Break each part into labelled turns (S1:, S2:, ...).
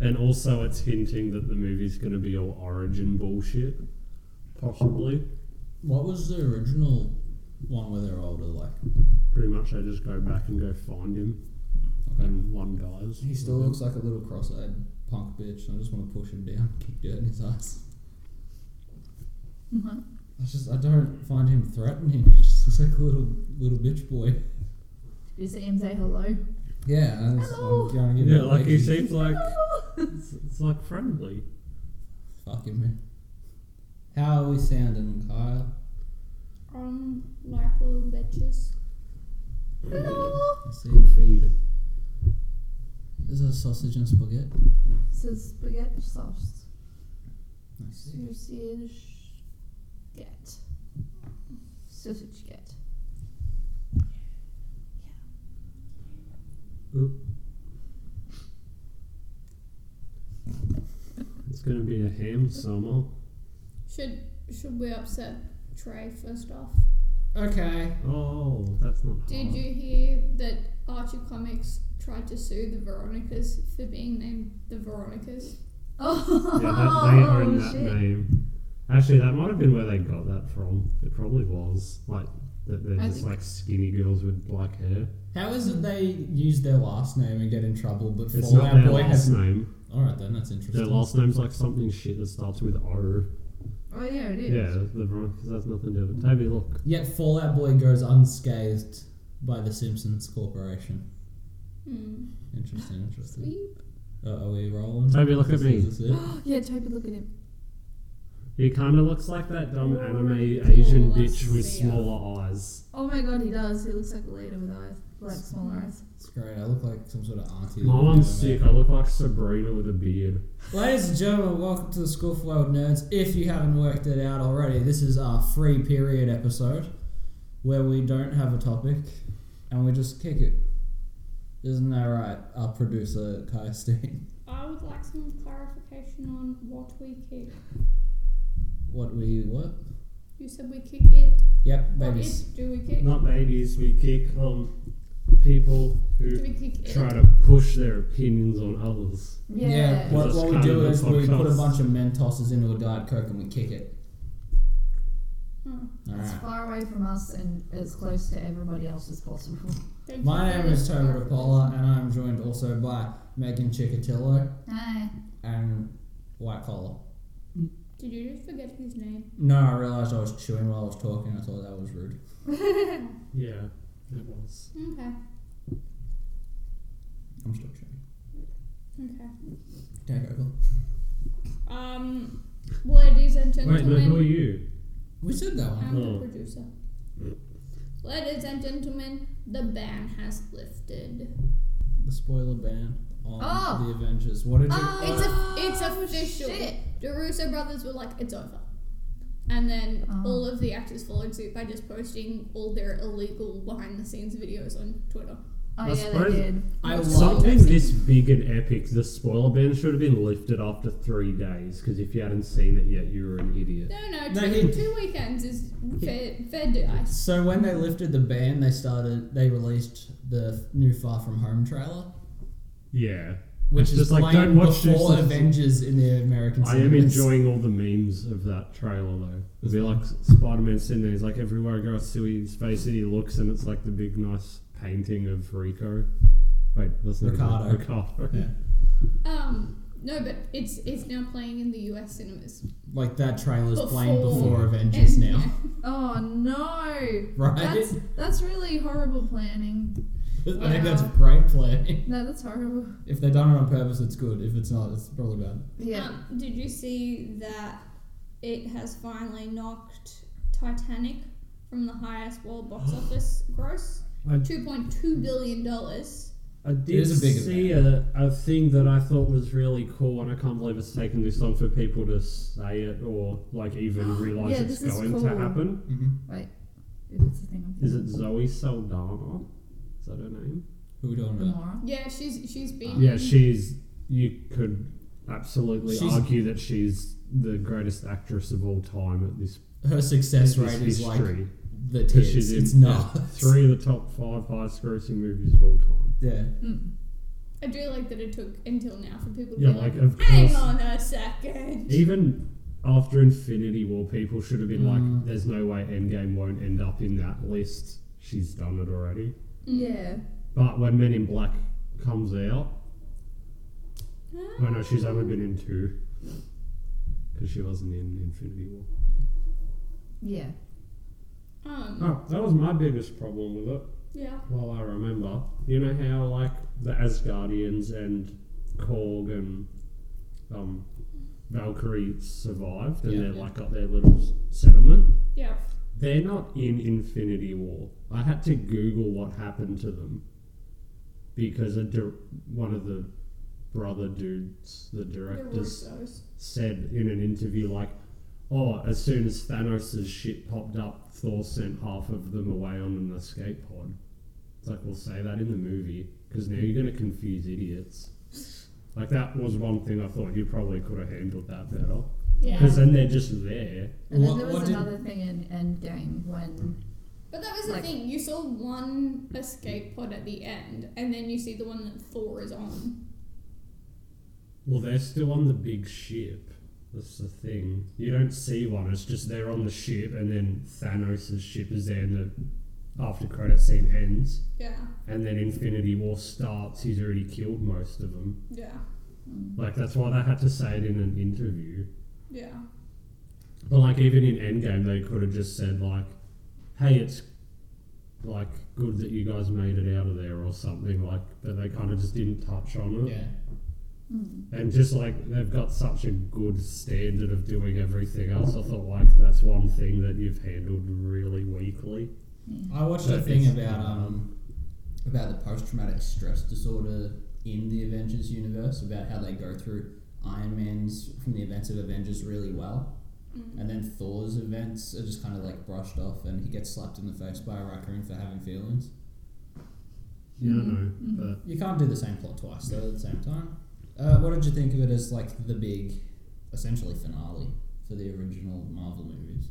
S1: And also, it's hinting that the movie's going to be all origin bullshit, possibly.
S2: What was the original one where they're older? Like,
S1: Pretty much, they just go back and go find him, and one dies.
S2: he still looks like a little cross-eyed punk bitch. and I just want to push him down, kick dirt in his ass. I just I don't find him threatening. He just looks like a little little bitch boy.
S3: You see him say hello.
S2: Yeah, I was,
S3: Hello.
S2: I'm going to give
S1: Yeah,
S2: him
S1: like he
S2: wedgies.
S1: seems like it's, it's like friendly.
S2: Fucking man. How are we sounding, Kyle?
S3: Um, like little bitches. Hello.
S2: Let's see.
S1: Good feed.
S2: Is that sausage and spaghetti?
S3: Says spaghetti sauce.
S2: Nice.
S3: Sausage. Get. Sausage get.
S1: Oop. It's gonna be a ham summer.
S4: Should should we upset Trey first off?
S2: Okay.
S1: Oh, that's not.
S4: Did
S1: hard.
S4: you hear that Archie Comics tried to sue the Veronicas for being named the Veronicas?
S3: Oh,
S1: Yeah, that, they
S3: oh,
S1: own that name. Actually, that might have been where they got that from. It probably was like that. They're
S3: I
S1: just
S3: think-
S1: like skinny girls with black hair.
S2: How is it they use their last name and get in trouble, but
S1: It's
S2: Fallout
S1: not their
S2: Boy
S1: last
S2: has
S1: name.
S2: All right then, that's interesting.
S1: Their last name's like something shit that starts with O.
S3: Oh yeah, it is.
S1: Yeah, the Veronicas has nothing to do with it. Toby, look.
S2: Yet Fallout Boy goes unscathed by the Simpsons Corporation.
S4: Hmm.
S2: Interesting, interesting.
S4: Sweet.
S2: Uh, are we rolling?
S1: Toby, look at me.
S2: Is this it?
S3: Yeah, Toby, look at him.
S1: He kind of looks like that dumb anime Asian
S4: Oh, I
S1: bitch with
S4: see.
S1: smaller eyes.
S3: Oh my god, he does. He looks like a leader with eyes, like smaller eyes.
S2: It's great. I look like some sort of auntie.
S1: My
S2: that
S1: mom's
S2: I've never
S1: sick.
S2: met.
S1: I look like Sabrina with a beard.
S2: Ladies and gentlemen, welcome to the School for World Nerds. If you haven't worked it out already, this is our free period episode where we don't have a topic and we just kick it. Isn't that right, our producer, Kai Steen?
S4: I would like some clarification on what we kick.
S2: What we what?
S4: You said we kick it.
S2: Yep,
S4: What
S2: babies.
S4: it do we kick?
S1: Not babies. We kick um people
S4: Do
S1: who
S4: we kick it?
S1: try to push their opinions on others.
S3: Yeah.
S2: what,
S1: It's
S2: what we
S1: kind
S2: do
S1: of a
S2: is we put a
S1: podcast.
S2: bunch of Mentoses into a Diet Coke and we kick it.
S4: Hmm.
S3: As
S2: Alright.
S3: far away from us and as close to everybody else as possible.
S4: Thank you
S2: My name
S4: very
S2: is Toby
S4: much.
S2: DePaula and I'm joined also by Megan Chicatillo
S3: Hi.
S2: and White Collar.
S4: Did you just forget his name?
S2: No, I realised I was chewing while I was talking. I thought that was rude.
S1: Yeah, it was.
S4: Okay.
S2: I'm still chewing.
S4: Okay.
S2: Take over.
S4: Um, ladies and
S1: Wait, no, who are
S4: gentlemen,
S1: you?
S2: We said that one.
S4: I'm
S1: Oh.
S4: the producer. Ladies and gentlemen, the ban has lifted.
S2: The spoiler ban on
S3: Oh.
S2: the Avengers. What did you?
S4: It's a it's official.
S3: shit.
S4: The Russo brothers were like, it's over. And then
S3: Oh.
S4: all of the actors followed suit by just posting all their illegal behind the scenes videos on Twitter.
S3: Oh
S1: I
S3: yeah, they
S1: suppose-
S3: did.
S2: I love.
S1: Something this big and epic, the spoiler ban should have been lifted after three days, because if you hadn't seen it yet, you were an idiot.
S4: No, no,
S2: No,
S4: two,
S2: he-
S4: two weekends is fair, fair dice.
S2: So when they lifted the ban, they started. They released the new Far From Home trailer,
S1: Yeah.
S2: which
S1: It's
S2: is
S1: just like,
S2: playing
S1: don't watch this,
S2: before
S1: this is-
S2: Avengers in the American.
S1: I am
S2: cinemas.
S1: enjoying all the memes of that trailer, though. It'd be like Spider Man sitting there, he's like, everywhere I go, I see his face, and he looks, and it's like the big, nice painting of Rico. Wait, that's not
S2: Ricardo.
S1: Ricardo.
S2: Yeah.
S4: Um, no, but it's it's now playing in the U.S. cinemas.
S2: Like that trailer's playing
S4: Before-
S2: before Avengers
S4: and-
S2: now,
S3: Oh no.
S2: right?
S3: That's that's really horrible planning.
S2: I think that's
S3: Wow.
S2: great play.
S3: No, that's horrible.
S2: If they've done it on purpose, it's good. If it's not, it's probably bad.
S3: Yeah.
S4: Um, did you see that it has finally knocked Titanic from the highest world box office gross?
S1: I
S4: Two point two billion dollars.
S1: I did
S2: is a big
S1: see a, a thing that I thought was really cool, and I can't believe it's taken this long for people to say it or like even realize
S3: Yeah,
S1: it's
S3: this is
S1: going
S3: cool.
S1: to happen.
S2: Mm-hmm.
S3: Wait. If it's the thing I'm
S1: Is it
S3: thinking
S1: Zoe Saldana? Is that her name?
S2: Who are we talking
S3: of.
S2: about?
S3: Gamora?
S4: Yeah, she's she's been.
S1: Yeah, she's. You could absolutely
S2: She's-
S1: argue that she's the greatest actress of all time at this,
S2: her success
S1: this
S2: rate is like
S1: history.
S2: the
S1: 'Cause
S2: tits.
S1: she's in
S2: It's not
S1: three of the top five highest grossing movies of all time.
S2: Yeah,
S3: Mm.
S4: I do like that it took until now for people to
S1: Yeah,
S4: be like,
S1: like, of
S4: hang
S1: course.
S4: on a second.
S1: Even after Infinity War, people should have been
S2: Mm.
S1: like, "There's no way Endgame won't end up in that list. She's done it already."
S3: Yeah.
S1: But when Men in Black comes out, I know she's only been in two because she wasn't in Infinity War.
S3: Yeah.
S4: Um,
S1: Oh, that was my biggest problem with it.
S4: yeah.
S1: Well, I remember. You know how like the Asgardians and Korg and um, Valkyrie survived, and
S2: Yeah.
S1: they're like got their little s- settlement.
S4: Yeah.
S1: They're not in Infinity War. I had to Google what happened to them because a dir- one of the brother dudes, the
S4: There were
S1: directors,
S4: those.
S1: said in an interview like, "Oh, as soon as Thanos' shit popped up, Thor sent half of them away on an escape pod." It's like we'll say that in the movie because now you're going to confuse idiots. Like that was one thing I thought you probably could have handled that better
S4: Yeah.
S1: because then they're just there.
S3: And
S2: What-
S3: then there
S2: what
S3: was
S2: did-
S3: another thing in Endgame when
S4: But that was the
S3: Like-
S4: thing. You saw one escape pod at the end, and then you see the one that Thor is on.
S1: Well, they're still on the big ship. That's the thing. You don't see one. It's just they're on the ship, and then Thanos' ship is there, and the after credit scene ends,
S4: Yeah.
S1: and then Infinity War starts. He's already killed most of them.
S4: Yeah.
S1: Like that's why they had to say it in an interview.
S4: Yeah.
S1: But like even in Endgame, they could have just said like, "Hey, it's like good that you guys made it out of there" or something. Like, but they kind of just didn't touch on it.
S2: Yeah.
S3: Mm.
S1: And just like they've got such a good standard of doing everything else, I thought like that's one thing that you've handled really weakly.
S2: I watched
S1: So
S2: a thing
S1: it's-
S2: about um about the post traumatic stress disorder in the Avengers universe about how they go through Iron Man's from the events of Avengers really well,
S4: Mm.
S2: and then Thor's events are just kind of like brushed off, and he gets slapped in the face by a raccoon for having feelings.
S1: You
S2: Mm-hmm.
S1: know, but
S2: You can't do the same plot twice though at the same time. Uh, what did you think of it as like the big, essentially finale for the original Marvel movies?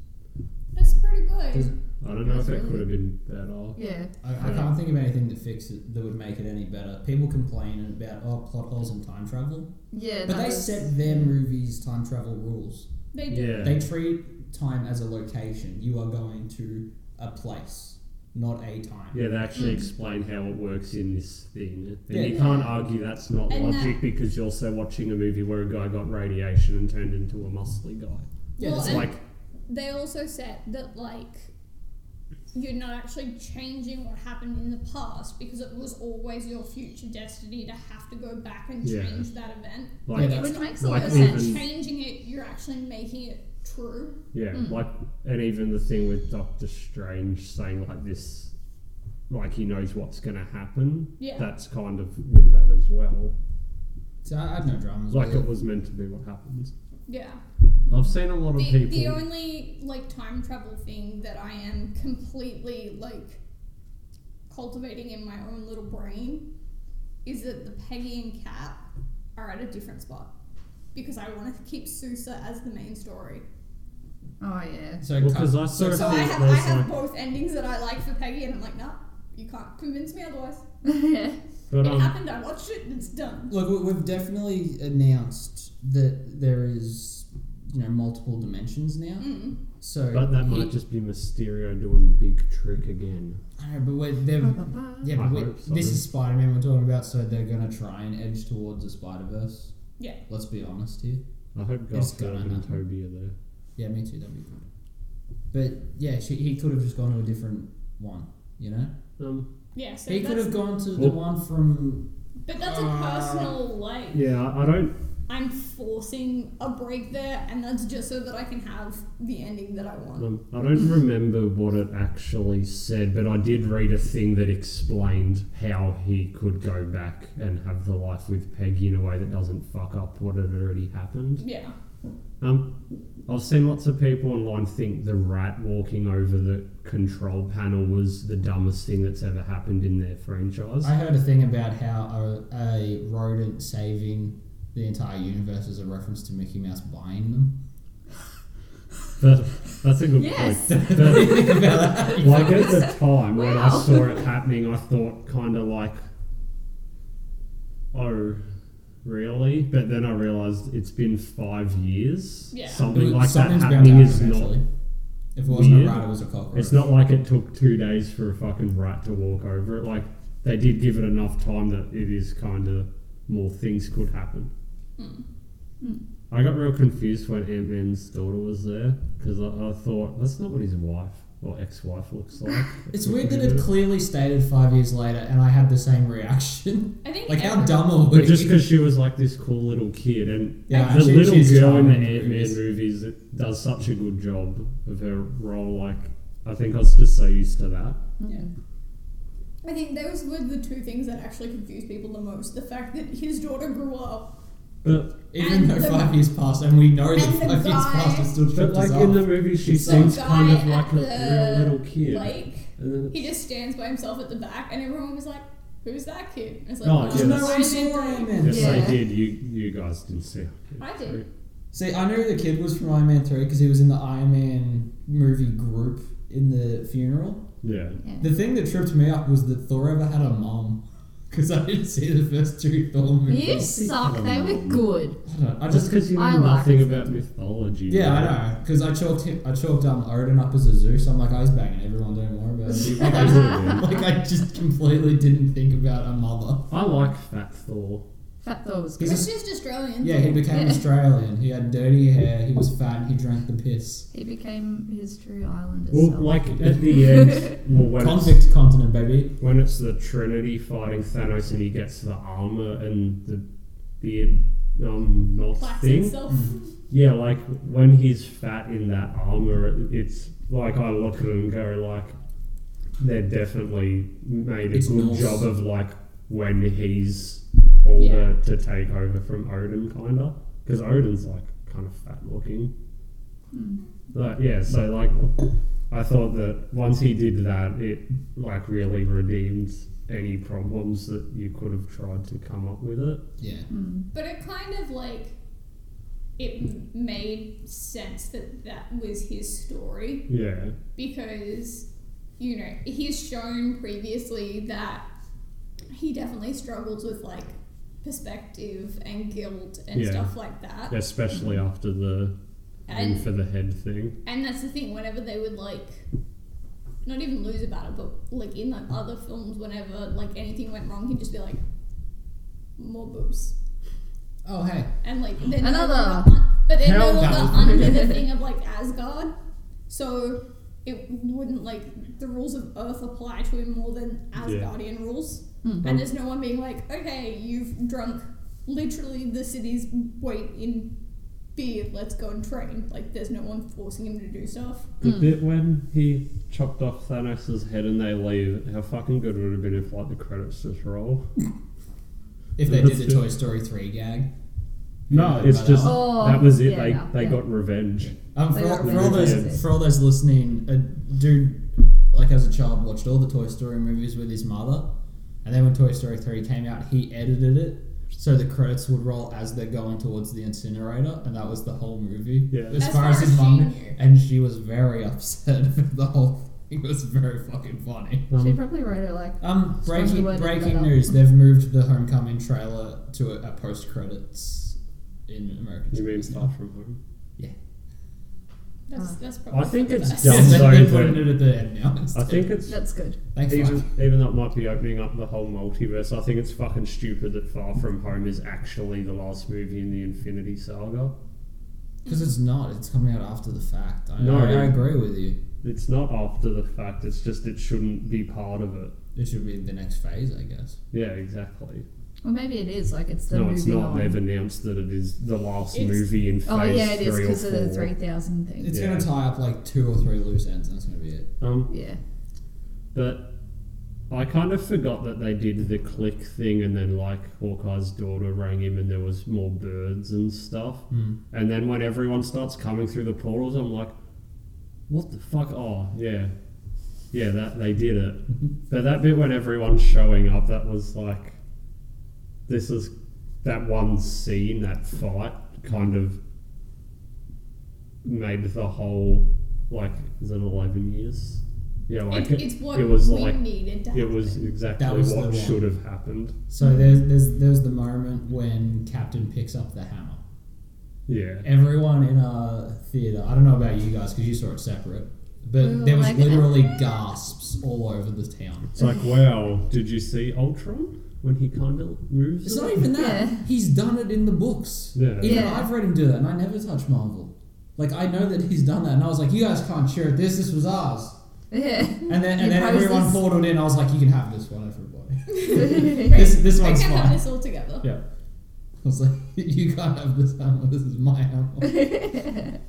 S4: That's pretty good.
S2: Does-
S1: I don't know if it
S3: That's
S1: could have been better.
S3: yeah,
S2: I, I can't think of anything that fixes that would make it any better. People complain about oh plot holes and time travel,
S3: yeah.
S2: but
S3: that
S2: they
S3: was-
S2: set their movies time travel rules.
S4: They do.
S1: Yeah,
S2: They treat time as a location. You are going to a place, not a time.
S1: yeah, they actually explain how it works in this thing, and
S2: Yeah.
S1: you can't argue that's not
S4: And
S1: logic because you're also watching a movie where a guy got radiation and turned into a muscly guy.
S2: Yeah, that's
S4: well,
S1: It's
S4: and
S1: like
S4: they also said that like you're not actually changing what happened in the past because it was always your future destiny to have to go back and
S1: Yeah.
S4: change that event.
S1: like
S2: Yeah,
S4: Which makes a
S1: like
S4: lot of sense.
S1: even-
S4: Changing it, you're actually making it true.
S1: Yeah,
S3: Mm.
S1: like, and even the thing with Doctor Strange saying like this, like he knows what's going to happen.
S4: Yeah.
S1: That's kind of with that as well.
S2: So I, I had no dramas.
S1: Like
S2: with
S1: it was meant to be what happens.
S4: Yeah.
S1: I've seen a lot of
S4: The,
S1: people.
S4: the only like time travel thing that I am completely like cultivating in my own little brain is that the Peggy and Cap are at a different spot because I want to keep Sousa as the main story.
S3: Oh yeah.
S2: So
S1: Well,
S2: cut-
S1: 'cause I saw-
S4: So
S1: I
S4: I
S1: think
S4: have I
S1: there's,
S4: have
S1: like-
S4: both endings that I like for Peggy, and I'm like, nah, you can't convince me otherwise.
S3: yeah.
S1: but
S4: it
S1: um,
S4: happened. I watched it, and it's done.
S2: Look, we- we've definitely announced that there is, you know, multiple dimensions now.
S4: Mm.
S2: So,
S1: but that
S2: you-
S1: might just be Mysterio doing the big trick again.
S2: I know, but we're, they're, yeah,
S1: I
S2: but we
S1: hope so.
S2: this is Spider Man we're talking about, so they're gonna try and edge towards the Spider Verse.
S4: Yeah.
S2: Let's be honest here.
S1: I hope
S2: It's
S1: Garfield
S2: gonna
S1: and
S2: happen.
S1: Toby are there.
S2: Yeah, me too. That'd be good. But yeah, she, he could have just gone to a different one. You know,
S1: Um,
S4: Yeah. So
S2: he could
S4: that's,
S2: have gone to the
S1: Well-
S2: one from.
S4: but that's a
S2: Uh,
S4: personal like.
S1: yeah, I- I don't.
S4: I'm forcing a break there, and that's just so that I can have the ending that I want.
S1: Um, I don't remember what it actually said, but I did read a thing that explained how he could go back and have the life with Peggy in a way that doesn't fuck up what had already happened.
S4: Yeah.
S1: Um, I've seen lots of people online think the rat walking over the control panel was the dumbest thing that's ever happened in their franchise.
S2: I heard a thing about how a, a rodent saving the entire universe is a reference to Mickey Mouse buying them.
S1: But that's a good
S4: Yes.
S1: point. But,
S2: Think about that.
S1: like at the time when I
S3: Wow.
S1: saw it happening, I thought kind of like oh, really? But then I realized it's been five years.
S4: Yeah.
S2: It
S1: Something
S2: was-
S1: like that
S2: something's bound
S1: happening
S2: to
S1: is
S2: happen
S1: not.
S2: eventually. If it wasn't
S1: weird.
S2: a rat, it was a cockroach.
S1: It's not like it took two days for a fucking rat to walk over it. Like they did give it enough time that it is kind of more things could happen.
S2: Hmm.
S4: Mm.
S3: Mm.
S1: I got real confused when Ant Man's daughter was there because I, I thought that's not what his wife or ex-wife looks like.
S2: It's weird that it clearly stated five years later, and I had the same reaction.
S4: I think
S2: like, how
S4: every-
S2: dumb are we?
S1: But just because she was like this cool little kid, and
S2: Yeah,
S1: the
S2: she-
S1: little
S2: she's
S1: girl in the
S2: charming in
S1: Ant Man
S2: movies.
S1: movies it does such a good job of her role. Like, I think I was just so used to that.
S4: Yeah. I think those were the two things that actually confused people the most. The fact that his daughter grew up.
S1: But,
S2: Even
S4: And
S2: though
S4: the-
S2: five years passed, and we know that
S4: and the
S2: five years
S4: guy-
S2: passed, it still
S1: but
S2: tripped
S1: like
S2: us
S1: in the
S2: up.
S1: movie, she
S2: It's
S1: seems
S4: some
S1: kind of
S4: guy
S1: like
S4: at
S1: a
S4: the
S1: real little kid.
S4: uh, Like,
S1: and then
S4: he just stands by himself at the back, and everyone was like, Who's that kid? And it's like,
S1: Oh,
S4: "Oh,
S1: yeah, that's-
S4: I did that."
S2: Iron Man.
S1: yes, I
S3: Yeah.
S1: did. You you guys didn't see. it.
S4: I did.
S2: See, I knew the kid was from Iron Man 3 because he was in the Iron Man movie group in the funeral.
S1: Yeah.
S2: The thing that tripped me up was that Thor ever had a mom. Because I didn't see the first two Thor
S3: You
S2: movies.
S3: suck. They were good.
S2: I, don't know, I
S1: Just
S2: just.
S1: because you know
S3: I like
S1: nothing
S3: it.
S1: about mythology.
S2: Yeah, I
S1: right?
S2: know. Because I chalked him, I chalked um, Odin up as a Zeus. I'm like, oh, he's banging everyone. Don't worry about it. Like, I just- like I just completely didn't think about a mother.
S1: I like Fat Thor.
S3: Fat Thor was
S2: He's
S3: good.
S2: a-
S4: Which is just Australian.
S2: Yeah, he became
S3: Yeah.
S2: Australian. He had dirty hair. He was fat. He drank the piss.
S3: He became his true island
S1: Well,
S3: self.
S1: like at the end, well, when it's,
S2: Convict continent, baby.
S1: when it's the Trinity fighting Thanos and he gets the armor and the beard um not
S4: Plastic
S1: thing. Mm.
S4: self.
S1: Yeah, like when he's fat in that armor, it- it's like I look at him and go like, they definitely made a
S2: It's
S1: good
S2: Norse.
S1: job of like when he's older to take over from Odin, kinda, because Odin's like kind of fat looking.
S3: Mm.
S1: But yeah, so like, I thought that once he did that, it like really redeemed any problems that you could have tried to come up with it.
S2: Yeah.
S3: Mm.
S4: But it kind of like it m- made sense that that was his story
S1: Yeah,
S4: because you know he's shown previously that he definitely struggles with like perspective and guilt and
S1: Yeah.
S4: stuff like that.
S1: especially after the ring
S4: And
S1: for the head thing.
S4: and that's the thing. Whenever they would like. Not even lose a battle, but like in the other films, whenever like anything went wrong, he'd just be like, "More booze."
S2: Oh hey.
S4: and like they're
S3: Another.
S4: no longer, un- but they're
S1: Hell
S4: no longer
S1: no.
S4: under the thing of like Asgard, so it wouldn't like the rules of Earth apply to him more than Asgardian rules,
S3: Hmm.
S1: Um,
S4: and there's no one being like, okay, you've drunk literally the city's weight in beer, let's go and train. Like there's no one forcing him to do stuff.
S1: The
S3: Mm.
S1: bit when he chopped off Thanos' head and they leave, how fucking good would it have been if like the credits just roll?
S2: If they did the
S1: That's
S2: Toy Story three gag.
S1: No, it's
S2: But,
S1: just
S2: uh,
S3: Oh,
S1: that was it.
S3: yeah,
S1: they
S3: no,
S1: they
S3: yeah.
S1: got revenge.
S2: Um, for,
S3: They
S2: all,
S3: got
S2: for all
S1: really
S2: those
S3: good.
S2: for all those listening, a dude like as a child watched all the Toy Story movies with his mother, and then when Toy Story three came out, he edited it so the credits would roll as they're going towards the incinerator, and that was the whole movie.
S1: Yeah.
S2: As, far, as his
S4: she
S2: mum,
S4: knew.
S2: knew. and she was very upset. about the whole thing It was very fucking funny.
S3: She
S1: Um,
S3: probably wrote it like
S2: Um, breaking
S3: Especially when it
S2: breaking
S3: got up.
S2: news: They've moved the Homecoming trailer to a, a post credits in American.
S1: you mean
S2: movies now.
S1: Far From Home?
S4: That's
S3: Ah.
S4: that's probably
S1: I think
S4: the
S1: it's
S4: best.
S1: dumb
S2: Yes,
S1: though.
S2: they're putting
S1: that-
S2: it at the end now. instead.
S1: I think it's
S3: that's good.
S2: Thanks,
S1: even
S2: Mike.
S1: even that might be opening up the whole multiverse. I think it's fucking stupid that Far From Home is actually the last movie in the Infinity Saga.
S2: Because it's not. It's coming out after the fact. I,
S1: No.
S2: I, I agree with you.
S1: It's not after the fact. It's just it shouldn't be part of it.
S2: It should be the next phase, I guess.
S1: Yeah, exactly.
S3: Well, maybe it is like it's the
S1: no,
S3: moving
S1: it's not.
S3: on.
S1: They've announced that it is the last
S4: It's-
S1: movie in phase
S3: Oh yeah, it is
S1: three
S3: because
S1: or
S3: of
S1: four.
S3: the three thousand thing.
S2: It's
S1: Yeah.
S2: going to tie up like two or three loose ends, and that's going to be it.
S1: Um,
S3: yeah.
S1: but I kind of forgot that they did the click thing, and then like Hawkeye's daughter rang him, and there was more birds and stuff. And then when everyone starts coming through the portals, I'm like, what the fuck? Oh yeah, yeah, that they did it. but that bit when everyone's showing up, that was like, this is that one scene, that fight, kind of made the whole like is it eleven years Yeah, like it,
S4: it, it's what
S1: it was
S4: we
S1: like
S4: needed to
S1: it
S4: happen.
S1: was exactly
S2: That was the
S1: what
S2: one.
S1: should have happened.
S2: So there's, there's there's the moment when Captain picks up the hammer.
S1: Yeah.
S2: Everyone in a theater. I don't know about you guys because you saw it separate, but
S3: We were
S2: there was
S3: like-
S2: literally gasps all over the town.
S1: It's like, wow, did you see Ultron when he kind of moves?
S2: It's
S1: it?
S2: not even that.
S3: Yeah.
S2: He's done it in the books.
S1: Yeah.
S2: Even
S3: Yeah.
S2: I've read him do that, and I never touch Marvel. Like I know that he's done that, and I was like, "You guys can't share this. This was ours."
S3: Yeah.
S2: And then and
S3: You
S2: then
S3: pose
S2: everyone
S3: this-
S2: portaled in. I was like, "You can have this one, everybody.
S4: Right.
S2: this this
S4: I
S2: one's
S4: can't have
S2: mine."
S4: this all together.
S2: Yeah. I was like, "You can't have this hammer. This is my hammer."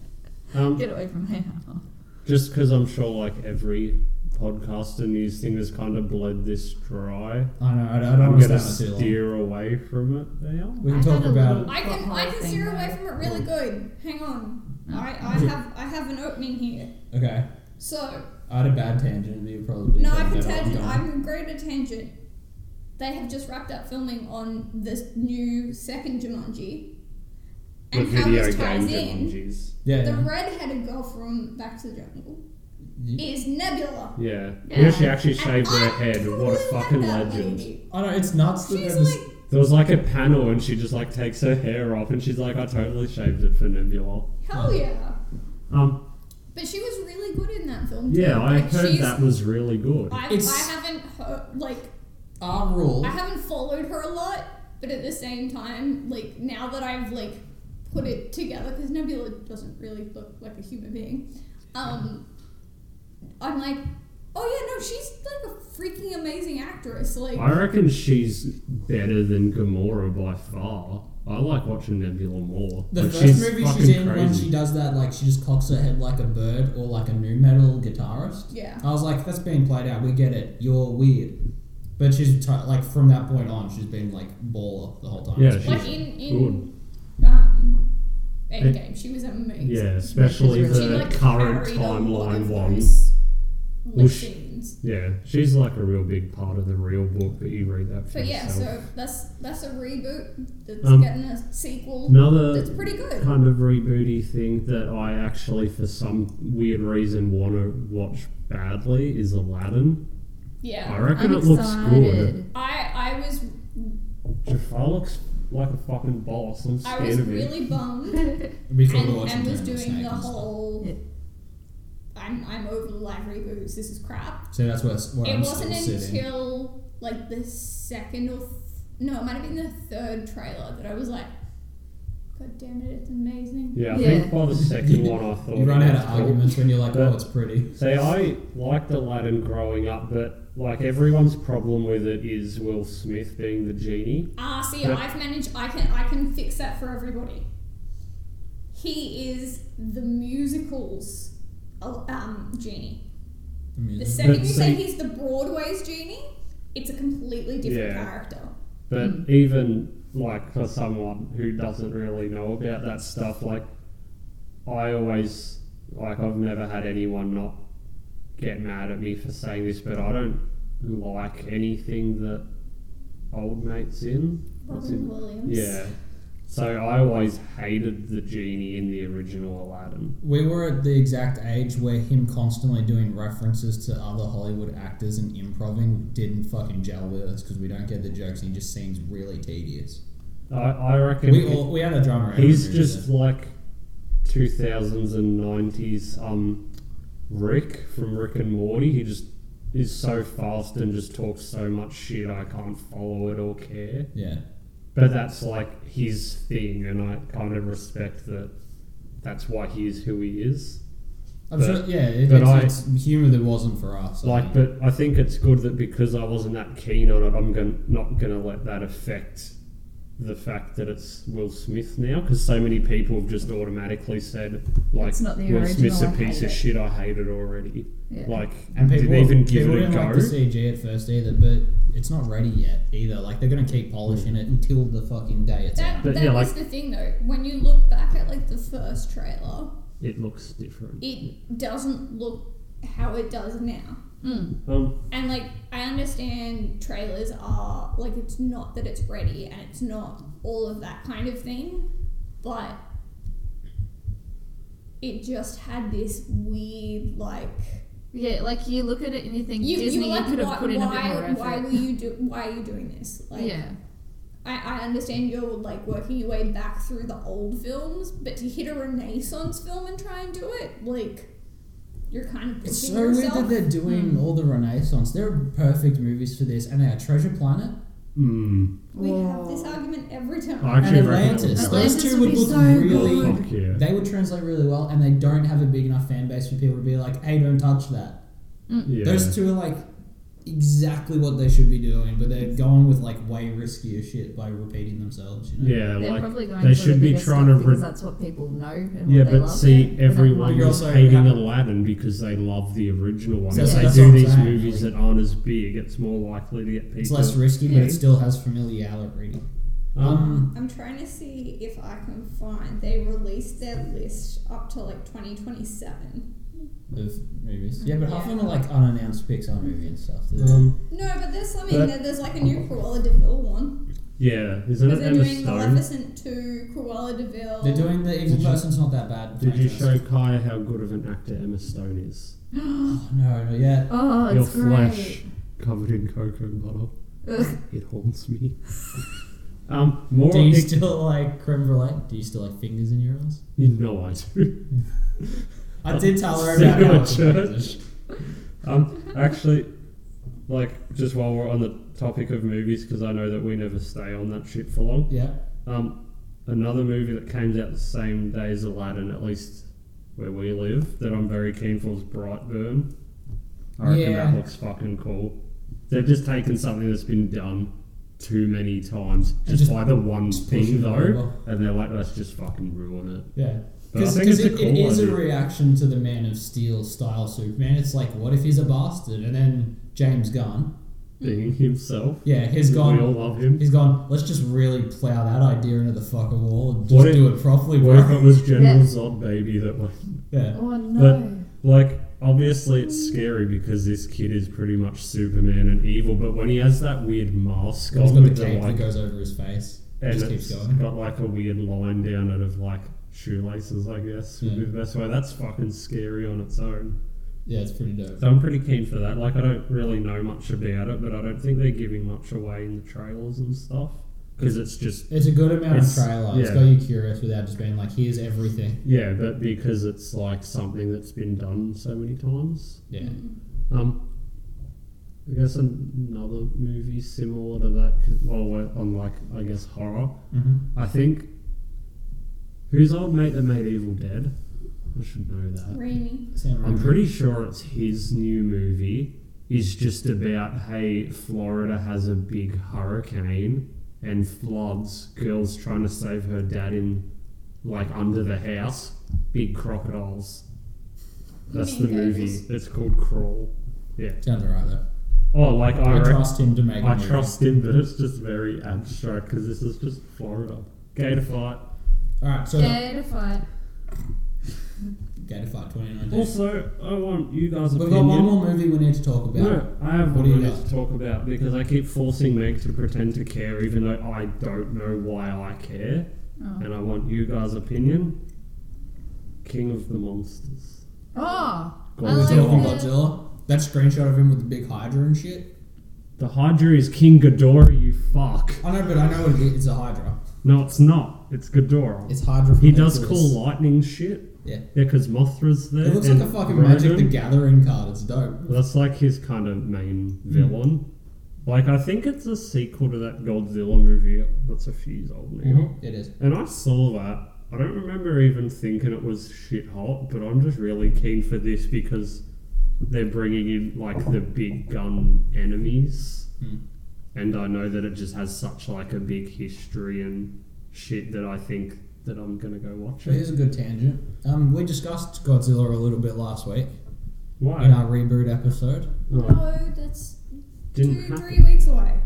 S1: Um,
S3: Get away from my house.
S1: just because I'm sure, like every podcast and news thing has kind of bled this dry.
S2: I know. I don't, I don't
S1: I'm
S2: want to
S1: gonna
S2: stand for too long.
S1: steer away from it now.
S2: We can
S3: I
S2: talk
S3: had a
S2: about
S3: little-
S2: it.
S4: I can I can
S3: Thing
S4: steer
S3: there.
S4: away from it really good. Hang on. I, I
S2: Yeah.
S4: have I have an opening here.
S2: Okay.
S4: So
S2: I had a bad tangent. and You probably.
S4: no,
S2: don't
S4: I've
S2: know
S4: a
S2: where I'm
S4: tangent.
S2: going.
S4: I'm great at tangent. They have just wrapped up filming on this new second Jumanji.
S1: The
S4: And how
S1: video
S4: this
S1: game
S4: ties in,
S1: Jumanjis.
S2: Yeah.
S4: the
S2: yeah.
S4: redheaded girl from Back to the Jungle
S2: You-
S4: is Nebula.
S1: Yeah.
S3: Yeah.
S1: When she actually
S4: And
S1: shaved
S4: I
S1: her head, what a
S4: really like
S1: fucking
S4: that
S1: legend.
S4: lady.
S2: I know it's nuts. that
S4: She's
S2: they're just-
S4: like
S1: There was like a panel and she just like takes her hair off and she's like, I totally shaved it for Nebula.
S4: hell yeah.
S1: Um,
S4: But she was really good in that film. too.
S1: yeah, I
S4: Like,
S1: heard
S4: she's-
S1: that was really good.
S4: I,
S2: It's-
S4: I haven't heard, like
S2: our rule.
S4: I haven't followed her a lot, but at the same time, like now that I've like put it together, because Nebula doesn't really look like a human being, um, I'm like, oh yeah, no, she's like a freaking amazing actress. Like,
S1: I reckon she's better than Gamora by far. I like watching Nebula more.
S2: The
S1: Like,
S2: first
S1: she's
S2: movie
S1: fucking
S2: she's in when
S1: crazy.
S2: she does that, like she just cocks her head like a bird or like a new metal guitarist.
S4: yeah,
S2: I was like, that's being played out. We get it. You're weird. But she's t- like from that point on, she's been like baller the whole time.
S1: Yeah,
S2: It's
S1: she's-
S4: like
S2: like-
S4: in in um, Endgame, she was amazing.
S1: Yeah, especially
S3: She's
S1: the
S4: She like
S1: current
S4: carried a lot
S1: timeline
S4: of
S1: one.
S4: those, like,
S1: Well, she-
S4: scenes.
S1: Yeah, she's like a real big part of the real book, but you read that for
S4: But yeah,
S1: yourself.
S4: so that's that's a reboot that's
S1: Um,
S4: getting a sequel.
S1: Another
S4: That's pretty good.
S1: kind of rebooty thing that I actually, for some weird reason, want to watch badly is Aladdin. I
S4: Yeah.
S1: reckon
S3: I'm
S1: it looks good.
S3: excited.
S4: I I was
S1: Jafar looks like a fucking boss. I'm
S4: I
S1: scared
S4: was
S1: of him.
S4: really bummed
S2: we
S4: and,
S2: thought we were watching
S4: and was
S2: Daniel
S4: doing
S2: Snake
S4: the
S2: and stuff.
S4: whole
S3: Yeah.
S4: I'm I'm over the live reboots, this is crap.
S2: So that's where, it's- where
S4: it
S2: I'm
S4: wasn't
S2: still sitting.
S4: until like the second or th- no, it might have been the third trailer that I was like, God damn it, it's amazing.
S1: Yeah, I
S3: Yeah.
S1: think by the second one, I thought.
S2: You run
S1: it
S2: out
S1: was
S2: of
S1: cool.
S2: arguments when you're like,
S1: But-
S2: oh, it's pretty.
S1: See, I liked Aladdin growing up, but like everyone's problem with it is Will Smith being the genie.
S4: Ah, see,
S1: Yeah.
S4: I've managed. I can I can fix that for everybody. He is the musicals oh, um, genie.
S2: The music.
S4: The second
S1: But
S4: you say
S1: see-
S4: he's the Broadway's genie, it's a completely different
S1: Yeah.
S4: character.
S1: But even like for someone who doesn't really know about that stuff, like I always like I've never had anyone not get mad at me for saying this, but I don't like anything that old mates in. What's
S4: Robin
S1: his-
S4: Williams.
S1: Yeah. So I always hated the genie in the original Aladdin.
S2: We were at the exact age where him constantly doing references to other Hollywood actors and improving didn't fucking gel with us because we don't get the jokes and he just seems really tedious.
S1: I, I reckon
S2: We,
S1: he-
S2: all, we had a drama.
S1: he's just like 2000s and 90s um, Rick from Rick and Morty. He just is so fast and just talks so much shit I can't follow it or care.
S2: Yeah.
S1: But that's like his thing, and I kind of respect that. That's why he is who he is.
S2: I'm
S1: But-
S2: sure, yeah, it,
S1: but
S2: it's,
S1: I-
S2: it's humor that wasn't for us. I
S1: Like,
S2: think.
S1: but I think it's good that because I wasn't that keen on it, I'm going not gonna let that affect the fact that it's Will Smith now, because so many people have just automatically said like
S3: It's not the
S1: Will Smith's a
S3: original, I
S1: piece
S3: hate
S1: of
S3: it."
S1: shit. I hate it already.
S3: Yeah.
S1: Like,
S2: and people,
S1: didn't even give
S2: people
S1: it a
S2: didn't
S1: go.
S2: like the CG at first either, but it's not ready yet either. Like they're gonna keep polishing it until the fucking day it's
S4: That,
S2: out.
S1: But
S4: that
S1: yeah,
S4: was
S1: like-
S4: the thing though. When you look back at like the first trailer,
S1: it looks different.
S4: it doesn't look how it does now.
S3: Mm.
S1: Um,
S4: And like I understand trailers are like it's not that it's ready and it's not all of that kind of thing, but it just had this weird like
S3: Yeah, like you look at it and you think
S4: You,
S3: Disney
S4: you were like,
S3: could
S4: why,
S3: have put in a bit more
S4: why,
S3: effort.
S4: why were you do, why are you doing this? Like,
S3: yeah,
S4: I, I understand you're like working your way back through the old films, but to hit a Renaissance film and try and do it, like, you're kind of pushing
S2: It's so
S4: yourself.
S2: weird that they're doing
S3: Hmm.
S2: all the Renaissance. They're perfect movies for this, and they are Treasure Planet
S1: Mm.
S4: we have this
S3: Whoa.
S4: argument every time.
S1: I
S2: and
S1: actually reckon it
S2: Atlantis.
S1: was
S2: Those
S3: Atlantis
S2: two
S3: would
S2: would
S3: be
S2: look
S3: so
S2: really.
S3: good.
S1: Fuck yeah.
S2: They would translate really well, and they don't have a big enough fan base for people to be like, "Hey, don't touch that."
S1: yeah.
S2: Those two are like exactly what they should be doing, but they're going with like way riskier shit by repeating themselves. You know?
S1: Yeah,
S3: they're
S1: like
S3: probably going
S1: they
S3: for
S1: should be
S3: the bigger
S1: trying
S3: stuff
S1: to re-
S3: because that's what people know. And
S1: Yeah,
S3: what they
S1: but
S3: love.
S1: see,
S3: They don't
S1: everyone
S2: You're
S3: mind-
S1: was
S2: also-
S1: hating Aladdin because they love the original one.
S2: So
S1: if they
S2: that's
S1: do
S2: what I'm
S1: these
S2: saying.
S1: movies that aren't as big, it's more likely to get
S2: It's
S1: people.
S2: less risky, but
S3: Yeah.
S2: it still has familiarity.
S1: um,
S2: Um,
S4: I'm trying to see if I can find. They released their list up to like 2027.
S2: of movies. Yeah, but half of
S4: Yeah.
S2: them are like unannounced Pixar movie and stuff.
S1: um,
S4: No, but there's something
S1: But-
S4: there. There's like a new Cruella Deville one.
S1: yeah, isn't
S4: Because
S1: it
S4: they're
S1: Emma
S4: doing
S1: Stone?
S4: Maleficent 2, Cruella Deville.
S2: they're doing the evil
S1: Did you-
S2: person's not that bad.
S1: Did you
S2: franchise.
S1: show Kai how good of an actor Emma Stone is?
S2: Oh, no, no, yeah.
S3: Oh,
S1: Your
S3: it's
S1: flesh
S3: great.
S1: covered in cocoa butter.
S3: Ugh.
S1: It haunts me. um, more
S2: Do you
S1: ex-
S2: still like creme brulee? Do you still like fingers in your ass?
S1: you know I do.
S2: I
S1: Oh.
S2: did tell her
S1: Sit
S2: about
S1: in
S2: how
S1: a
S2: it was
S1: church. Um, actually, like just while we're on the topic of movies, because I know that we never stay on that shit for long.
S2: Yeah.
S1: Um, another movie that came out the same day as Aladdin, at least where we live, that I'm very keen for is Brightburn. I reckon
S2: Yeah.
S1: that looks fucking cool. They've just taken something that's been done too many times, just,
S2: just
S1: by the one
S2: just push
S1: thing
S2: it
S1: though,
S2: over.
S1: and they're like, let's just fucking ruin it.
S2: Yeah.
S1: But I
S2: Because
S1: think it's a
S2: it, it
S1: cool
S2: is a
S1: idea.
S2: reaction to the Man of Steel style Superman. It's like, what if he's a bastard? And then James Gunn,
S1: Being himself,
S2: yeah, he's
S1: we all
S2: gone.
S1: love him.
S2: He's gone. Let's just really plow that idea into the fucking wall and just
S1: What if-
S2: do it properly.
S1: What if
S2: Bro.
S1: it was General
S3: Yeah.
S1: Zod baby that went?
S2: Yeah.
S3: Oh no.
S1: Like, obviously, it's scary because this kid is pretty much Superman and evil, but when he has that weird mask
S2: He's
S1: on
S2: got the
S1: with the
S2: cape that
S1: like,
S2: goes over his face. It
S1: and
S2: just
S1: it's
S2: keeps going.
S1: got like a weird line down it of like shoelaces, I guess, would be
S2: Yeah.
S1: the best way. That's fucking scary on its own.
S2: Yeah, it's pretty dope.
S1: So I'm pretty keen for that. Like, I don't really know much about it, but I don't think they're giving much away in the trailers and stuff because it's just
S2: It's a good amount
S1: It's-
S2: of trailer. It's
S1: yeah.
S2: got you curious without just being like, here's everything.
S1: yeah, but because it's like something that's been done so many times.
S2: Yeah.
S1: Um, I guess another movie similar to that. 'cause- Well, we're on like I guess horror.
S2: Mm-hmm.
S1: I think who's old mate that made Evil Dead? I should know that.
S4: Raimi.
S2: Sam
S1: I'm
S2: Raimi.
S1: pretty sure it's his new movie. Is just about hey, Florida has a big hurricane and floods. Girls trying to save her dad in like under the house. Big crocodiles. That's the movie.
S4: Mangoes.
S1: It's called Crawl.
S2: Sounds alright though.
S1: Oh, like I,
S2: I,
S1: rec-
S2: trust him to make. a
S1: I
S2: movie.
S1: trust him, but it's just very abstract because this is just Florida. Gator fight.
S2: All right, so
S3: Dare to fight.
S2: Gator Fight 2019.
S1: Also, I want you guys'
S2: We've got
S1: opinion.
S2: one more movie we need to talk about.
S1: No, I have
S2: What
S1: what
S2: do you
S1: one I need
S2: got?
S1: to talk about because I keep forcing Meg to pretend to care, even though I don't know why I care,
S3: Oh.
S1: and I want you guys' opinion. King of the Monsters.
S3: oh.
S2: Are we
S3: I
S2: talking
S3: like
S2: Godzilla? That screenshot of him with the big Hydra and shit.
S1: The Hydra is King Ghidorah. You fuck.
S2: I know, but I know what it is. It's a Hydra.
S1: No, it's not. It's Ghidorah.
S2: It's Hydra. From
S1: he does
S2: Icarus.
S1: cool lightning shit.
S2: Yeah.
S1: Yeah, because Mothra's there.
S2: It looks like a
S1: and
S2: fucking Magic the
S1: Ronan.
S2: Gathering card. It's dope.
S1: That's like his kind of main villain. Like I think it's a sequel to that Godzilla movie that's a few years old now.
S2: It is.
S1: And I saw that. I don't remember even thinking it was shit hot, but I'm just really keen for this because they're bringing in like the big gun enemies,
S2: Hmm.
S1: and I know that it just has such like a big history and shit that I think that I'm gonna go watch
S2: So here's
S1: it.
S2: a good tangent. Um, we discussed Godzilla a little bit last week in
S1: Why?
S2: our reboot episode.
S1: Oh,
S4: No, that's
S1: didn't
S4: two,
S1: happen.
S4: three weeks away.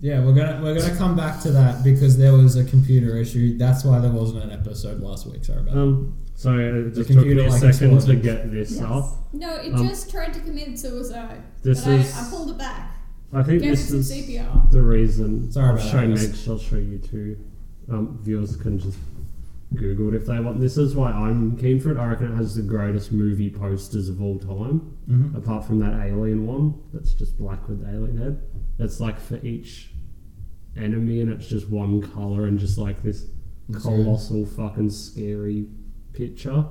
S2: Yeah, we're gonna we're gonna come back to that because there was a computer issue. That's why there wasn't an episode last week. Sorry about that.
S1: Um, so it just took
S2: computer
S1: me a
S2: like
S1: second to
S2: exploded.
S1: get this
S3: Yes.
S1: up.
S4: No, it
S1: Um,
S4: just tried to commit suicide.
S1: This
S4: but
S1: is.
S4: I, I pulled it back.
S1: I think
S4: Gave it
S1: this
S4: some
S1: is
S4: CPR.
S1: the reason.
S2: Sorry
S1: I'll
S2: about
S1: show
S2: that,
S1: Meg.
S2: guys.
S1: She'll show you too. Um, viewers can just Googled if they want. This is why I'm keen for it. I reckon it has the greatest movie posters of all time,
S2: Mm-hmm.
S1: apart from that alien one that's just black with the alien head. That's like for each enemy, and it's just one color and just like this
S2: That's good.
S1: colossal fucking scary picture.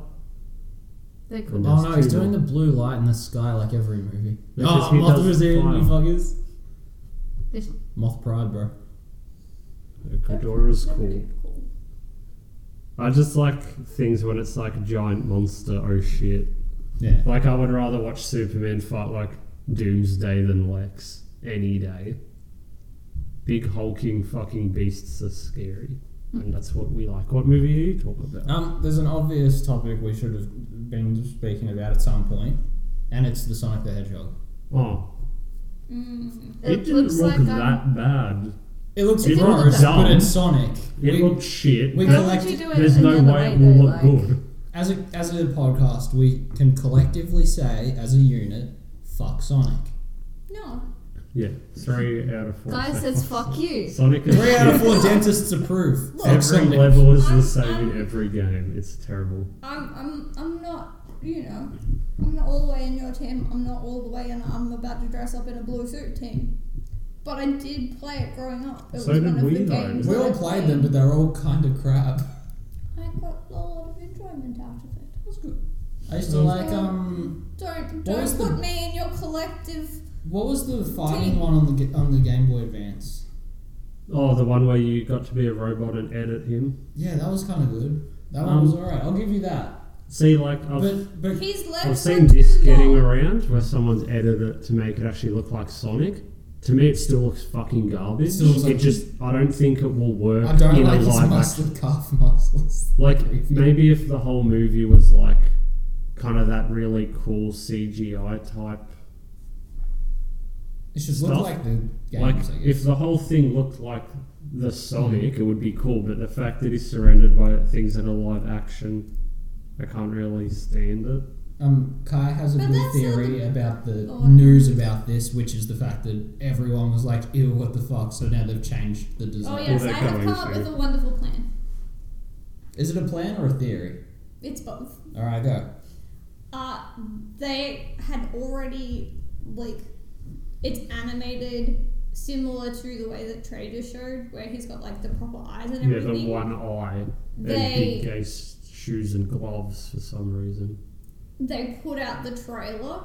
S3: They're
S1: And
S3: cool.
S2: Oh
S1: there's
S2: no, he's
S1: two
S2: doing
S1: more.
S2: the blue light in the sky like every movie.
S1: Because
S2: oh,
S1: he
S2: Moth
S1: does
S2: was in,
S1: fire.
S2: you fuckers.
S3: This-
S2: Moth Pride, bro.
S1: Ghidorah's
S4: They're
S1: cool.
S4: pretty cool.
S1: I just like things when it's like a giant monster. Oh shit!
S2: Yeah.
S1: Like I would rather watch Superman fight like Doomsday than Lex any day. Big hulking fucking beasts are scary, and that's what we like. What movie are you talking about?
S2: Um, there's an obvious topic we should have been speaking about at some point, and it's the Sonic the Hedgehog.
S1: Oh,
S4: Mm.
S1: it,
S3: It,
S1: didn't
S3: looks
S1: look
S3: like um,
S1: that bad.
S2: It looks
S1: It
S3: looks
S2: gross,
S1: dumb.
S2: but it's Sonic.
S1: It
S2: We-
S1: looked shit.
S2: we
S1: but
S3: how would
S2: collect-
S3: you do it
S1: there's no
S3: another
S1: way it will
S3: though?
S1: look
S3: Like,
S1: good.
S2: as a as a podcast, we can collectively say as a unit, fuck Sonic.
S4: No.
S1: Yeah, three out of four.
S3: Guy
S1: Sonic-
S3: says fuck you.
S1: Sonic is
S2: Three out of
S1: shit.
S2: four dentists approve. Fuck
S1: Every
S2: Sonic.
S1: level is the
S4: I'm-
S1: same in
S4: I'm-
S3: um,
S1: every game. It's terrible.
S4: I'm I'm I'm not you know I'm not all the way in your team. I'm not all the way in. I'm about to dress up in a blue suit team. But I did play it growing up. It
S1: So
S4: was
S1: did
S4: one of
S1: we,
S4: the
S1: though.
S4: games
S2: We
S4: that
S2: all
S4: I
S2: played them, but they're all kind of crap.
S4: I got a lot of enjoyment out of it. It was good.
S2: I used to
S1: Um,
S2: like um.
S4: Don't
S2: What was
S4: don't
S2: the-
S4: put me in your collective.
S2: What was the fighting one on the ga- on the Game Boy Advance?
S1: Oh, the one where you got to be a robot and edit him.
S2: Yeah, that was kind of good. That one
S1: Um,
S2: was alright. I'll give you that.
S1: See, like I've
S2: But but
S4: He's left.
S1: I've
S4: for
S1: seen
S4: too
S1: this getting
S4: long.
S1: around where someone's edited it to make it actually look like Sonic. To me, it still looks fucking garbage.
S2: Still looks like-
S1: it just, I don't think it will work
S2: I don't
S1: in a
S2: like his
S1: live
S2: muscle
S1: action.
S2: calf muscles.
S1: Like, maybe if the whole movie was like kind of that really cool CGI type.
S2: It should look
S1: Stuff?
S2: like the games.
S1: like,
S2: I guess. Mm-hmm.
S1: if the whole thing looked like the Sonic, it would be cool, but the fact that he's surrounded by things that are live action, I can't really stand it.
S2: Um, Kai has a
S4: But
S2: good
S4: that's not
S2: theory
S4: the-
S2: about the
S4: Oh, I-
S2: news about this, which is the fact that everyone was like, "Ew, what the fuck?" So now they've changed the design.
S4: Oh yes, I
S1: they're
S4: have
S1: going
S4: come up
S1: to.
S4: with a wonderful plan.
S2: Is it a plan or a theory?
S4: It's both.
S2: All right, go.
S4: Uh, they had already like it's animated similar to the way that Trader showed, where he's got like the proper eyes and
S1: Yeah,
S4: everything.
S1: the one eye and
S4: They-
S1: big gay s- shoes and gloves for some reason.
S4: They put out the trailer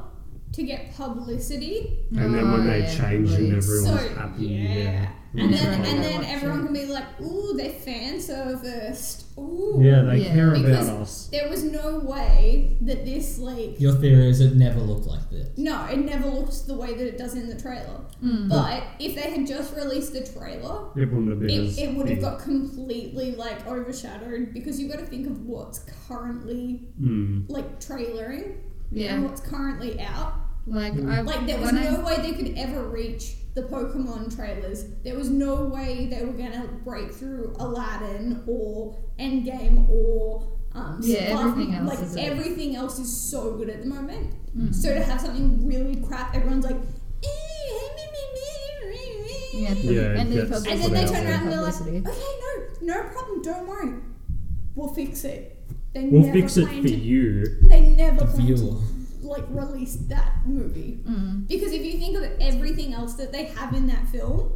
S4: to get publicity,
S1: And then when
S3: Oh,
S1: they
S3: yeah,
S1: change
S3: please.
S1: and everyone's
S4: Ah, so
S1: happy,
S4: yeah.
S1: yeah.
S4: And
S1: Yeah.
S4: then,
S3: Yeah.
S4: and then
S3: Yeah.
S4: everyone can be like, "Ooh, they fan serviced." Ooh,
S1: yeah, they
S3: Yeah.
S1: care
S4: Because-
S1: about us.
S4: there was no way that this like
S2: Your theory is it never looked like this.
S4: no, it never looked the way that it does in the trailer.
S3: Mm.
S4: But if they had just released the trailer,
S1: It wouldn't have been
S4: it,
S1: as
S4: it would have
S1: big.
S4: got completely like overshadowed because you've got to think of what's currently
S1: Mm.
S4: like trailering and
S3: Yeah.
S4: what's currently out.
S3: Like
S1: Mm.
S3: I
S4: Like there was
S3: when I-
S4: no way they could ever reach the Pokemon trailers. There was no way they were gonna break through Aladdin or Endgame or um,
S3: Yeah,
S4: Spark-
S3: everything else
S4: Like
S3: is-
S4: everything else is so good at the moment.
S3: Mm.
S4: So to have something really crap, everyone's like. "Eh, me, me, me, me, me."
S3: Yeah,
S1: Yeah, it
S3: and
S1: gets
S3: then
S4: And then they
S1: Put it out
S4: turn
S1: there.
S4: around and they're like, okay,
S3: Publicity.
S4: no, no problem, don't worry. We'll fix it. They
S1: We'll
S4: never
S1: fix it
S4: planned
S1: for
S4: to-
S1: you.
S4: They never
S2: The
S4: planned
S2: viewer.
S4: to, like, release that movie.
S3: Mm.
S4: Because if you think of everything else that they have in that film,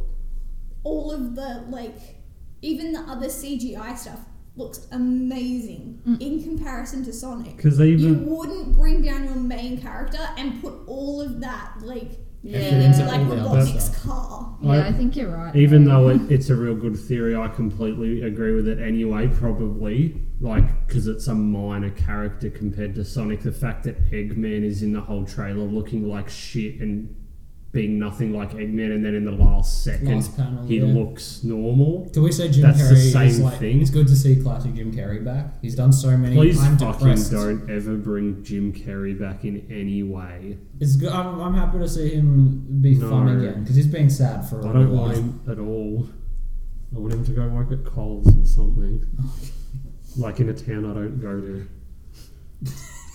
S4: all of the, like, even the other CGI stuff looks amazing
S3: Mm.
S4: in comparison to Sonic.
S1: Because they
S4: You
S1: even.
S4: wouldn't bring down your main character and put all of that, like,
S3: Yeah.
S2: Effort into
S4: like
S2: all the other
S4: robotics
S2: stuff.
S4: car.
S3: Yeah,
S1: I-
S3: I think you're right.
S1: Even
S3: though.
S1: though it, it's a real good theory, I completely agree with it anyway, probably. Like, because it's a minor character compared to Sonic. The fact that Eggman is in the whole trailer looking like shit and being nothing like Eggman, and then in the last second,
S2: Last panel.
S1: he
S2: yeah.
S1: looks normal.
S2: Can we say Jim
S1: That's the
S2: Carrey?
S1: same
S2: is like,
S1: thing.
S2: It's good to see classic Jim Carrey back. He's done so many.
S1: Please
S2: I'm
S1: fucking
S2: depressed.
S1: don't ever bring Jim Carrey back in any way.
S2: It's good. I'm, I'm happy to see him be fun
S1: No.
S2: again because he's been sad for a
S1: I don't
S2: while.
S1: want him at all. I want him to go work at Coles or something. like in a town I don't go to.